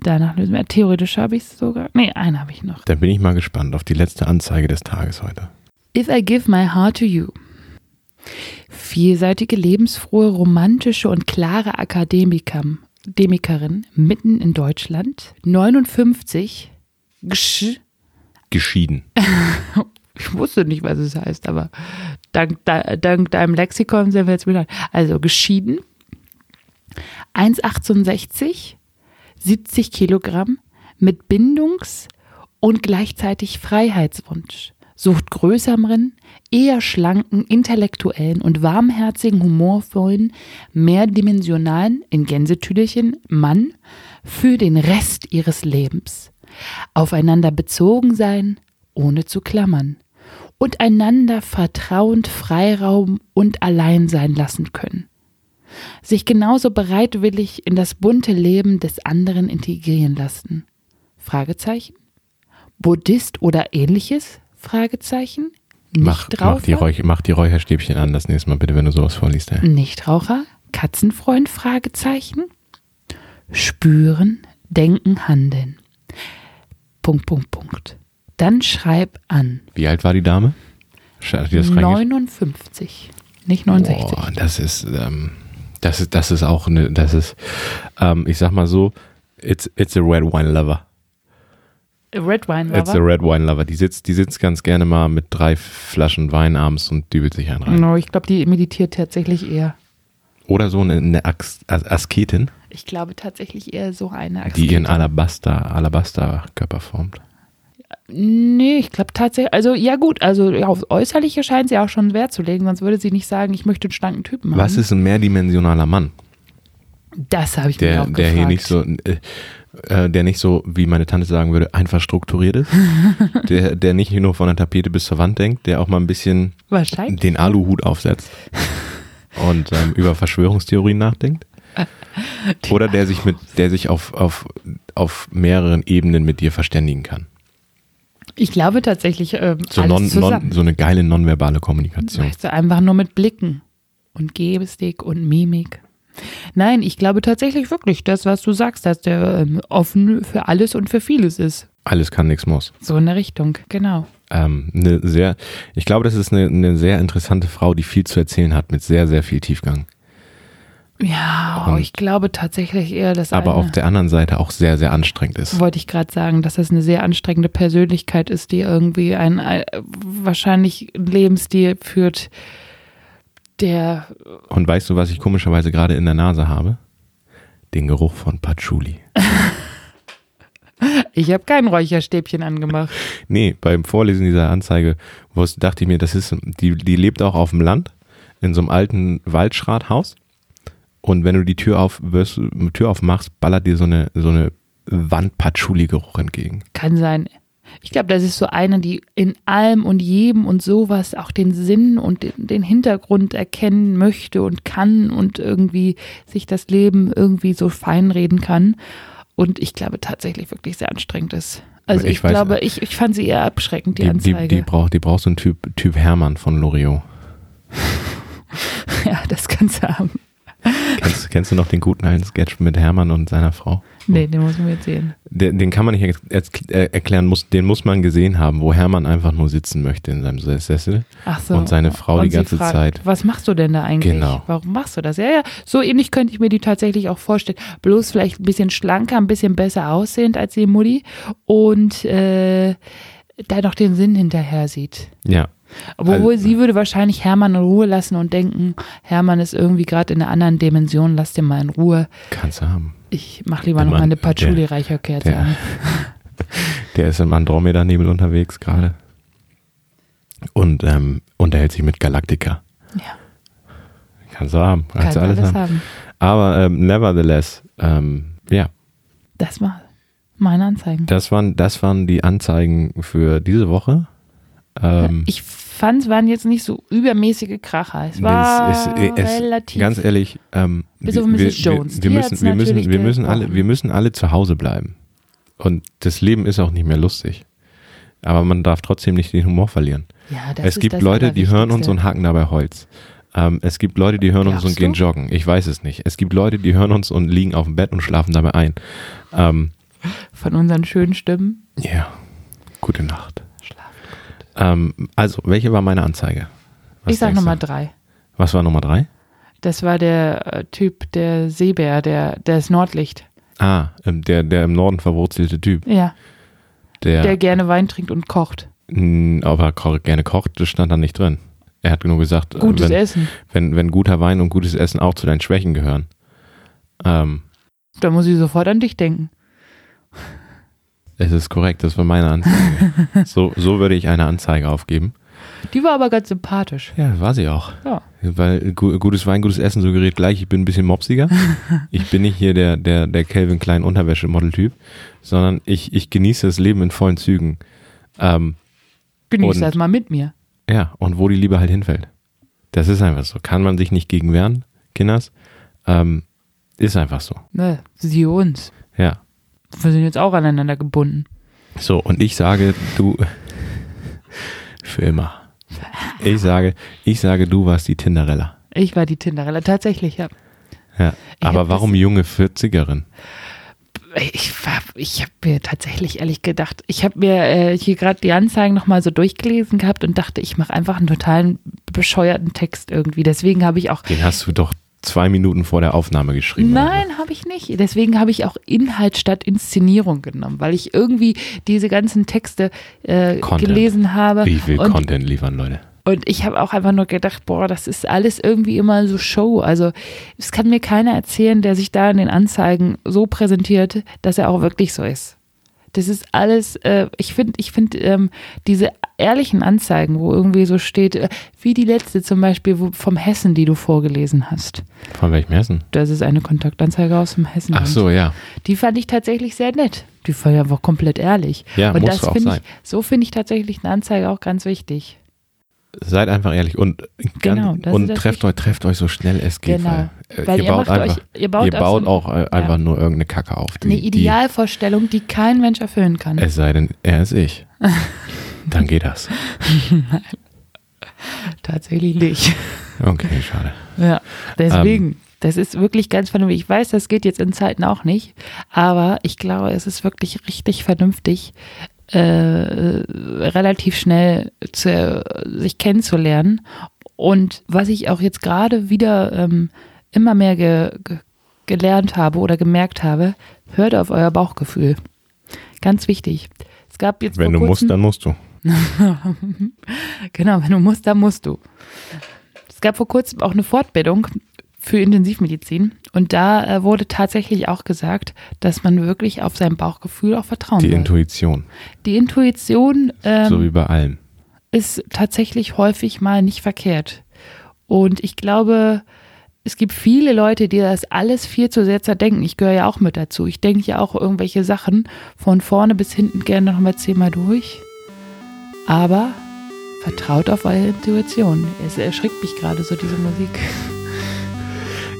[SPEAKER 2] Danach lösen wir. Theoretisch habe ich es sogar. Nee, eine habe ich noch.
[SPEAKER 3] Dann bin ich mal gespannt auf die letzte Anzeige des Tages heute.
[SPEAKER 2] If I give my heart to you. Vielseitige, lebensfrohe, romantische und klare Akademikam, Akademikerin mitten in Deutschland. 59. Gsch.
[SPEAKER 3] Geschieden.
[SPEAKER 2] Ich wusste nicht, was es heißt, aber dank, de, dank deinem Lexikon sind wir jetzt wieder. Also geschieden. 1,68, 70 Kilogramm, mit Bindungs- und gleichzeitig Freiheitswunsch. Sucht größeren, eher schlanken, intellektuellen und warmherzigen, humorvollen, mehrdimensionalen, in Gänsetüdelchen, Mann für den Rest ihres Lebens. Aufeinander bezogen sein, ohne zu klammern. Und einander vertrauend Freiraum und allein sein lassen können sich genauso bereitwillig in das bunte Leben des anderen integrieren lassen? Fragezeichen. Buddhist oder ähnliches? Fragezeichen.
[SPEAKER 3] Mach, mach, die
[SPEAKER 2] Nichtraucher?
[SPEAKER 3] Räuch, mach die Räucherstäbchen an das nächste Mal, bitte, wenn du sowas vorliest. Ey.
[SPEAKER 2] Nichtraucher? Katzenfreund? Fragezeichen. Spüren, denken, handeln. Punkt, Punkt, Punkt. Dann schreib an.
[SPEAKER 3] Wie alt war die Dame? Sch- Hat die das reingeschrieben?
[SPEAKER 2] 59, nicht 69.
[SPEAKER 3] Boah, das ist, ähm, das ist, das ist auch eine, das ist, ähm, ich sag mal so, it's, it's a red wine lover.
[SPEAKER 2] Red Wine
[SPEAKER 3] It's a red wine lover. Die sitzt, die sitzt ganz gerne mal mit drei Flaschen Wein abends und dübelt sich einen rein.
[SPEAKER 2] No, ich glaube, die meditiert tatsächlich eher.
[SPEAKER 3] Oder so eine, eine Ax, As Asketin,
[SPEAKER 2] Ich glaube tatsächlich eher so eine
[SPEAKER 3] die
[SPEAKER 2] Asketin.
[SPEAKER 3] ihren
[SPEAKER 2] Mhm.
[SPEAKER 3] Alabaster, Alabaster-Körper formt.
[SPEAKER 2] Nee, ich glaube tatsächlich, also ja gut, also ja, auf Äußerliche scheint sie auch schon Wert zu legen, sonst würde sie nicht sagen, ich möchte einen schlanken Typen haben.
[SPEAKER 3] Was ist ein mehrdimensionaler Mann,
[SPEAKER 2] Das habe ich mir
[SPEAKER 3] der,
[SPEAKER 2] auch gefragt.
[SPEAKER 3] der hier nicht so, äh, äh, der nicht so, wie meine Tante sagen würde, einfach strukturiert ist, der, der nicht nur von der Tapete bis zur Wand denkt, der auch mal ein bisschen
[SPEAKER 2] Wahrscheinlich.
[SPEAKER 3] den Aluhut aufsetzt und ähm, über Verschwörungstheorien nachdenkt. Oder der sich mit, der sich auf, auf, auf mehreren Ebenen mit dir verständigen kann.
[SPEAKER 2] Ich glaube tatsächlich, ähm,
[SPEAKER 3] So,
[SPEAKER 2] alles
[SPEAKER 3] non, non,
[SPEAKER 2] zusammen.
[SPEAKER 3] so eine geile nonverbale Kommunikation.
[SPEAKER 2] weißt du, einfach nur mit Blicken und Gebestick und Mimik. Nein, ich glaube tatsächlich wirklich, das, was du sagst, dass der ähm, offen für alles und für vieles ist.
[SPEAKER 3] Alles kann, nichts muss.
[SPEAKER 2] So in der Richtung, genau.
[SPEAKER 3] Ähm, eine sehr, ich glaube, das ist eine, eine sehr interessante Frau, die viel zu erzählen hat, mit sehr, sehr viel Tiefgang.
[SPEAKER 2] Ja,
[SPEAKER 3] Und-
[SPEAKER 2] ich glaube tatsächlich eher das
[SPEAKER 3] Aber
[SPEAKER 2] eine.
[SPEAKER 3] auf der anderen Seite auch sehr, sehr anstrengend ist.
[SPEAKER 2] wollte ich gerade sagen, dass das eine sehr anstrengende Persönlichkeit ist, die irgendwie einen äh, wahrscheinlich einen Lebensstil führt, der
[SPEAKER 3] Und weißt du, was ich komischerweise gerade in der Nase habe? Den Geruch von Patchouli.
[SPEAKER 2] ich habe kein Räucherstäbchen angemacht.
[SPEAKER 3] Nee, beim Vorlesen dieser Anzeige wusste, dachte ich mir, das ist, die, die lebt auch auf dem Land, in so einem alten Waldschrathaus. Und wenn du die Tür, auf, wirst, Tür aufmachst, ballert dir so eine, so eine Wand-Patchouli-Geruch entgegen.
[SPEAKER 2] Kann sein. Ich glaube, das ist so eine, die in allem und jedem und sowas auch den Sinn und den- den Hintergrund erkennen möchte und kann und irgendwie sich das Leben irgendwie so feinreden kann. Und ich glaube tatsächlich wirklich sehr anstrengend ist. Also
[SPEAKER 3] Ich
[SPEAKER 2] ich,
[SPEAKER 3] weiß-
[SPEAKER 2] glaube, ich, ich fand sie eher abschreckend, die,
[SPEAKER 3] Die,
[SPEAKER 2] Anzeige.
[SPEAKER 3] die, die, braucht, die braucht so ein Typ, Typ Hermann von Loriot.
[SPEAKER 2] ja, das kannst du haben.
[SPEAKER 3] Kennst, kennst du noch den guten alten Sketch mit Hermann und seiner Frau?
[SPEAKER 2] Nee, den muss man jetzt sehen.
[SPEAKER 3] Den, den kann man nicht erz- erz- erklären, muss, den muss man gesehen haben, wo Hermann einfach nur sitzen möchte in seinem Sessel.
[SPEAKER 2] Ach so.
[SPEAKER 3] Und seine Frau die
[SPEAKER 2] sie
[SPEAKER 3] ganze
[SPEAKER 2] fragt,
[SPEAKER 3] Zeit.
[SPEAKER 2] Was machst du denn da eigentlich?
[SPEAKER 3] Genau.
[SPEAKER 2] Warum machst du das? Ja, ja. So ähnlich könnte ich mir die tatsächlich auch vorstellen. Bloß vielleicht ein bisschen schlanker, ein bisschen besser aussehend als die Mutti und äh, da noch den Sinn hinterher sieht.
[SPEAKER 3] Ja.
[SPEAKER 2] Obwohl
[SPEAKER 3] Also-
[SPEAKER 2] sie würde wahrscheinlich Hermann in Ruhe lassen und denken, Hermann ist irgendwie gerade in einer anderen Dimension, lass den mal in Ruhe.
[SPEAKER 3] Kannst du haben.
[SPEAKER 2] Ich mach lieber
[SPEAKER 3] Der
[SPEAKER 2] noch mal
[SPEAKER 3] Mann-
[SPEAKER 2] eine
[SPEAKER 3] der-
[SPEAKER 2] Patchouli-Reicherkerze
[SPEAKER 3] der-
[SPEAKER 2] an.
[SPEAKER 3] Der ist im Andromeda-Nebel unterwegs gerade. Und ähm, unterhält sich mit Galactica.
[SPEAKER 2] Ja,
[SPEAKER 3] Kannst du haben.
[SPEAKER 2] kann
[SPEAKER 3] Kannst du alles, haben.
[SPEAKER 2] haben.
[SPEAKER 3] Aber ähm, nevertheless, ähm, ja,
[SPEAKER 2] Das war meine Anzeigen.
[SPEAKER 3] das waren, das waren die Anzeigen für diese Woche. Ähm,
[SPEAKER 2] Ich fand, es waren jetzt nicht so übermäßige Kracher. Es
[SPEAKER 3] Nee,
[SPEAKER 2] war
[SPEAKER 3] es ist- es-
[SPEAKER 2] relativ.
[SPEAKER 3] Ganz ehrlich, ähm,
[SPEAKER 2] Bis auf
[SPEAKER 3] wir,
[SPEAKER 2] Mrs. Jones.
[SPEAKER 3] wir, wir
[SPEAKER 2] Die
[SPEAKER 3] müssen,
[SPEAKER 2] hat's
[SPEAKER 3] wir müssen,
[SPEAKER 2] natürlich
[SPEAKER 3] wir müssen alle,
[SPEAKER 2] gebrochen.
[SPEAKER 3] wir müssen alle zu Hause bleiben. Und das Leben ist auch nicht mehr lustig. Aber man darf trotzdem nicht den Humor verlieren.
[SPEAKER 2] ja, das
[SPEAKER 3] es
[SPEAKER 2] ist
[SPEAKER 3] gibt
[SPEAKER 2] das
[SPEAKER 3] Leute, die hören uns
[SPEAKER 2] Allerwichtigste.
[SPEAKER 3] und hacken dabei Holz. Ähm, es gibt Leute, die hören uns und
[SPEAKER 2] Glaubst
[SPEAKER 3] gehen
[SPEAKER 2] du?
[SPEAKER 3] joggen. Ich weiß es nicht. Es gibt Leute, die hören uns und liegen auf dem Bett und schlafen dabei ein. Ähm,
[SPEAKER 2] Von unseren schönen Stimmen.
[SPEAKER 3] ja. Gute Nacht.
[SPEAKER 2] Schlaf.
[SPEAKER 3] Ähm, also, welche war meine Anzeige? Was
[SPEAKER 2] Ich sag
[SPEAKER 3] denkst du?
[SPEAKER 2] Nummer drei.
[SPEAKER 3] Was war Nummer drei?
[SPEAKER 2] Das war der äh, Typ, der Seebär, der, der ist Nordlicht.
[SPEAKER 3] Ah, ähm, der, der im Norden verwurzelte Typ.
[SPEAKER 2] Ja,
[SPEAKER 3] Der,
[SPEAKER 2] der gerne Wein trinkt und kocht.
[SPEAKER 3] Mm, Ob er ko gerne kocht, das stand da nicht drin. Er hat nur gesagt, äh,
[SPEAKER 2] Gutes E-
[SPEAKER 3] wenn,
[SPEAKER 2] Essen.
[SPEAKER 3] Wenn, wenn guter Wein und gutes Essen auch zu deinen Schwächen gehören. Ähm,
[SPEAKER 2] Da muss ich sofort an dich denken.
[SPEAKER 3] es ist korrekt, das war meine Anzeige. so, so würde ich eine Anzeige aufgeben.
[SPEAKER 2] Die war aber ganz sympathisch.
[SPEAKER 3] Ja, war sie auch.
[SPEAKER 2] Ja.
[SPEAKER 3] Weil gu gutes Wein, gutes Essen suggeriert gleich, ich bin ein bisschen mopsiger. Ich bin nicht hier der, der, der Calvin Klein Unterwäschemodel-Typ, sondern ich, ich genieße das Leben in vollen Zügen. Ähm,
[SPEAKER 2] Genieß
[SPEAKER 3] Und-
[SPEAKER 2] das mal mit mir.
[SPEAKER 3] Ja, und wo die Liebe halt hinfällt. Das ist einfach so. Kann man sich nicht gegen wehren, Kinders. Ähm, ist einfach so.
[SPEAKER 2] Ne, sie uns.
[SPEAKER 3] Ja.
[SPEAKER 2] Wir sind jetzt auch aneinander gebunden.
[SPEAKER 3] So, und ich sage, du. Für immer. Ich sage, ich sage, du warst die Tinderella.
[SPEAKER 2] Ich war die Tinderella, tatsächlich, ja.
[SPEAKER 3] Ja.
[SPEAKER 2] hab
[SPEAKER 3] Aber warum junge 40erin?
[SPEAKER 2] Ich, war- ich habe mir tatsächlich ehrlich gedacht, ich habe mir äh, hier gerade die Anzeigen nochmal so durchgelesen gehabt und dachte, ich mache einfach einen totalen bescheuerten Text irgendwie. Deswegen habe ich auch.
[SPEAKER 3] Den hast du doch zwei Minuten vor der Aufnahme geschrieben. oder?
[SPEAKER 2] Nein, habe ich nicht. Deswegen habe ich auch Inhalt statt Inszenierung genommen, weil ich irgendwie diese ganzen Texte äh,
[SPEAKER 3] Content.
[SPEAKER 2] gelesen habe.
[SPEAKER 3] Ich will
[SPEAKER 2] und
[SPEAKER 3] Content liefern, Leute.
[SPEAKER 2] Und ich habe auch einfach nur gedacht, boah, das ist alles irgendwie immer so Show. Also es kann mir keiner erzählen, der sich da in den Anzeigen so präsentiert, dass er auch wirklich so ist. Das ist alles, äh, ich finde, ich find, ähm, diese ehrlichen Anzeigen, wo irgendwie so steht, äh, wie die letzte zum Beispiel wo, vom Hessen, die du vorgelesen hast.
[SPEAKER 3] Von welchem Hessen?
[SPEAKER 2] Das ist eine Kontaktanzeige aus dem Hessen.
[SPEAKER 3] Ach so, ja.
[SPEAKER 2] Die fand ich tatsächlich sehr nett. Die war ja auch komplett ehrlich.
[SPEAKER 3] Ja,
[SPEAKER 2] Und
[SPEAKER 3] muss
[SPEAKER 2] das
[SPEAKER 3] auch
[SPEAKER 2] finde ich,
[SPEAKER 3] sein.
[SPEAKER 2] so finde ich tatsächlich eine Anzeige auch ganz wichtig.
[SPEAKER 3] Seid einfach ehrlich und,
[SPEAKER 2] Genau, das ist
[SPEAKER 3] und
[SPEAKER 2] das
[SPEAKER 3] trefft euch, trefft euch so schnell es geht.
[SPEAKER 2] Genau.
[SPEAKER 3] weil, äh,
[SPEAKER 2] Weil
[SPEAKER 3] ihr,
[SPEAKER 2] ihr
[SPEAKER 3] baut
[SPEAKER 2] macht
[SPEAKER 3] einfach,
[SPEAKER 2] euch- ihr baut auch so ein-
[SPEAKER 3] auch äh, einfach nur irgendeine Kacke auf. die-
[SPEAKER 2] Eine
[SPEAKER 3] die- Äh.
[SPEAKER 2] Idealvorstellung, die kein Mensch erfüllen kann.
[SPEAKER 3] Es sei denn, er ist ich. Dann geht das.
[SPEAKER 2] Tatsächlich nicht.
[SPEAKER 3] Okay, schade.
[SPEAKER 2] Ja, deswegen.
[SPEAKER 3] Ähm.
[SPEAKER 2] das ist wirklich ganz vernünftig. Ich weiß, das geht jetzt in Zeiten auch nicht, aber ich glaube, es ist wirklich richtig vernünftig, äh, relativ schnell zu, sich kennenzulernen. Und was ich auch jetzt gerade wieder ähm, immer mehr ge, ge, gelernt habe oder gemerkt habe, hört auf euer Bauchgefühl. Ganz wichtig. Es gab jetzt vor
[SPEAKER 3] Wenn du
[SPEAKER 2] kurzem,
[SPEAKER 3] musst, dann musst du.
[SPEAKER 2] Genau, wenn du musst, dann musst du. Es gab vor kurzem auch eine Fortbildung für Intensivmedizin und da äh, wurde tatsächlich auch gesagt, dass man wirklich auf sein Bauchgefühl auch vertrauen
[SPEAKER 3] Die
[SPEAKER 2] soll.
[SPEAKER 3] Intuition,
[SPEAKER 2] Die Intuition ähm,
[SPEAKER 3] so wie bei allem.
[SPEAKER 2] ist tatsächlich häufig mal nicht verkehrt. Und ich glaube, es gibt viele Leute, die das alles viel zu sehr zerdenken. Ich gehöre ja auch mit dazu. Ich denke ja auch irgendwelche Sachen von vorne bis hinten gerne nochmal zehnmal durch. Aber vertraut auf eure Intuition. Es erschrickt mich gerade so, diese Musik.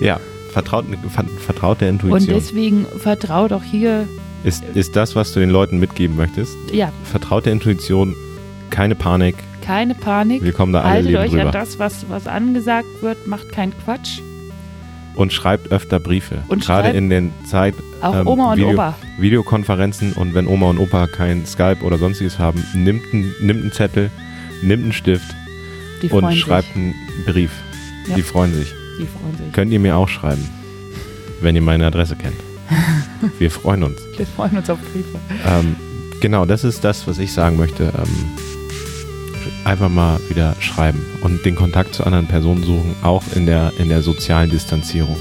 [SPEAKER 3] Ja, vertraut, ver- vertraut der
[SPEAKER 2] Und
[SPEAKER 3] Intuition.
[SPEAKER 2] deswegen vertraut auch hier,
[SPEAKER 3] Ist, ist das, was du den Leuten mitgeben möchtest?
[SPEAKER 2] ja,
[SPEAKER 3] Vertraut der Intuition, keine Panik.
[SPEAKER 2] keine Panik.
[SPEAKER 3] Wir kommen da alle
[SPEAKER 2] Haltet
[SPEAKER 3] lebend
[SPEAKER 2] euch an
[SPEAKER 3] drüber.
[SPEAKER 2] das, was, was angesagt wird. Macht keinen Quatsch.
[SPEAKER 3] Und schreibt öfter Briefe.
[SPEAKER 2] Und
[SPEAKER 3] Gerade
[SPEAKER 2] schreibt-
[SPEAKER 3] in den Zeit.
[SPEAKER 2] Auch
[SPEAKER 3] ähm,
[SPEAKER 2] Oma und
[SPEAKER 3] Video,
[SPEAKER 2] Opa.
[SPEAKER 3] Videokonferenzen und wenn Oma und Opa kein Skype oder sonstiges haben, nimmt, ein, nimmt einen Zettel, nimmt einen Stift
[SPEAKER 2] Die freuen
[SPEAKER 3] und schreibt
[SPEAKER 2] sich.
[SPEAKER 3] einen Brief.
[SPEAKER 2] Ja.
[SPEAKER 3] Die freuen sich.
[SPEAKER 2] Die freuen sich.
[SPEAKER 3] Könnt ihr mir auch schreiben, wenn ihr meine Adresse kennt. Wir freuen uns.
[SPEAKER 2] Wir freuen uns auf Briefe.
[SPEAKER 3] Ähm, genau, das ist das, was ich sagen möchte. Ähm, einfach mal wieder schreiben und den Kontakt zu anderen Personen suchen, auch in der, in der sozialen Distanzierung.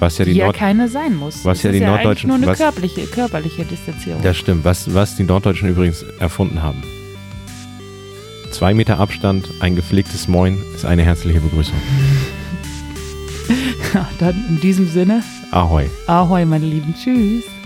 [SPEAKER 3] Was ja
[SPEAKER 2] Die,
[SPEAKER 3] die
[SPEAKER 2] ja
[SPEAKER 3] Nord
[SPEAKER 2] keine sein muss.
[SPEAKER 3] was
[SPEAKER 2] Es
[SPEAKER 3] ja
[SPEAKER 2] ist
[SPEAKER 3] die
[SPEAKER 2] ja eigentlich
[SPEAKER 3] Norddeutschen-
[SPEAKER 2] nur eine
[SPEAKER 3] was-
[SPEAKER 2] körperliche, körperliche Distanzierung.
[SPEAKER 3] das stimmt, was, was die Norddeutschen übrigens erfunden haben. Zwei Meter Abstand, ein gepflegtes Moin ist eine herzliche Begrüßung.
[SPEAKER 2] Dann in diesem Sinne,
[SPEAKER 3] Ahoi.
[SPEAKER 2] ahoi meine Lieben, tschüss.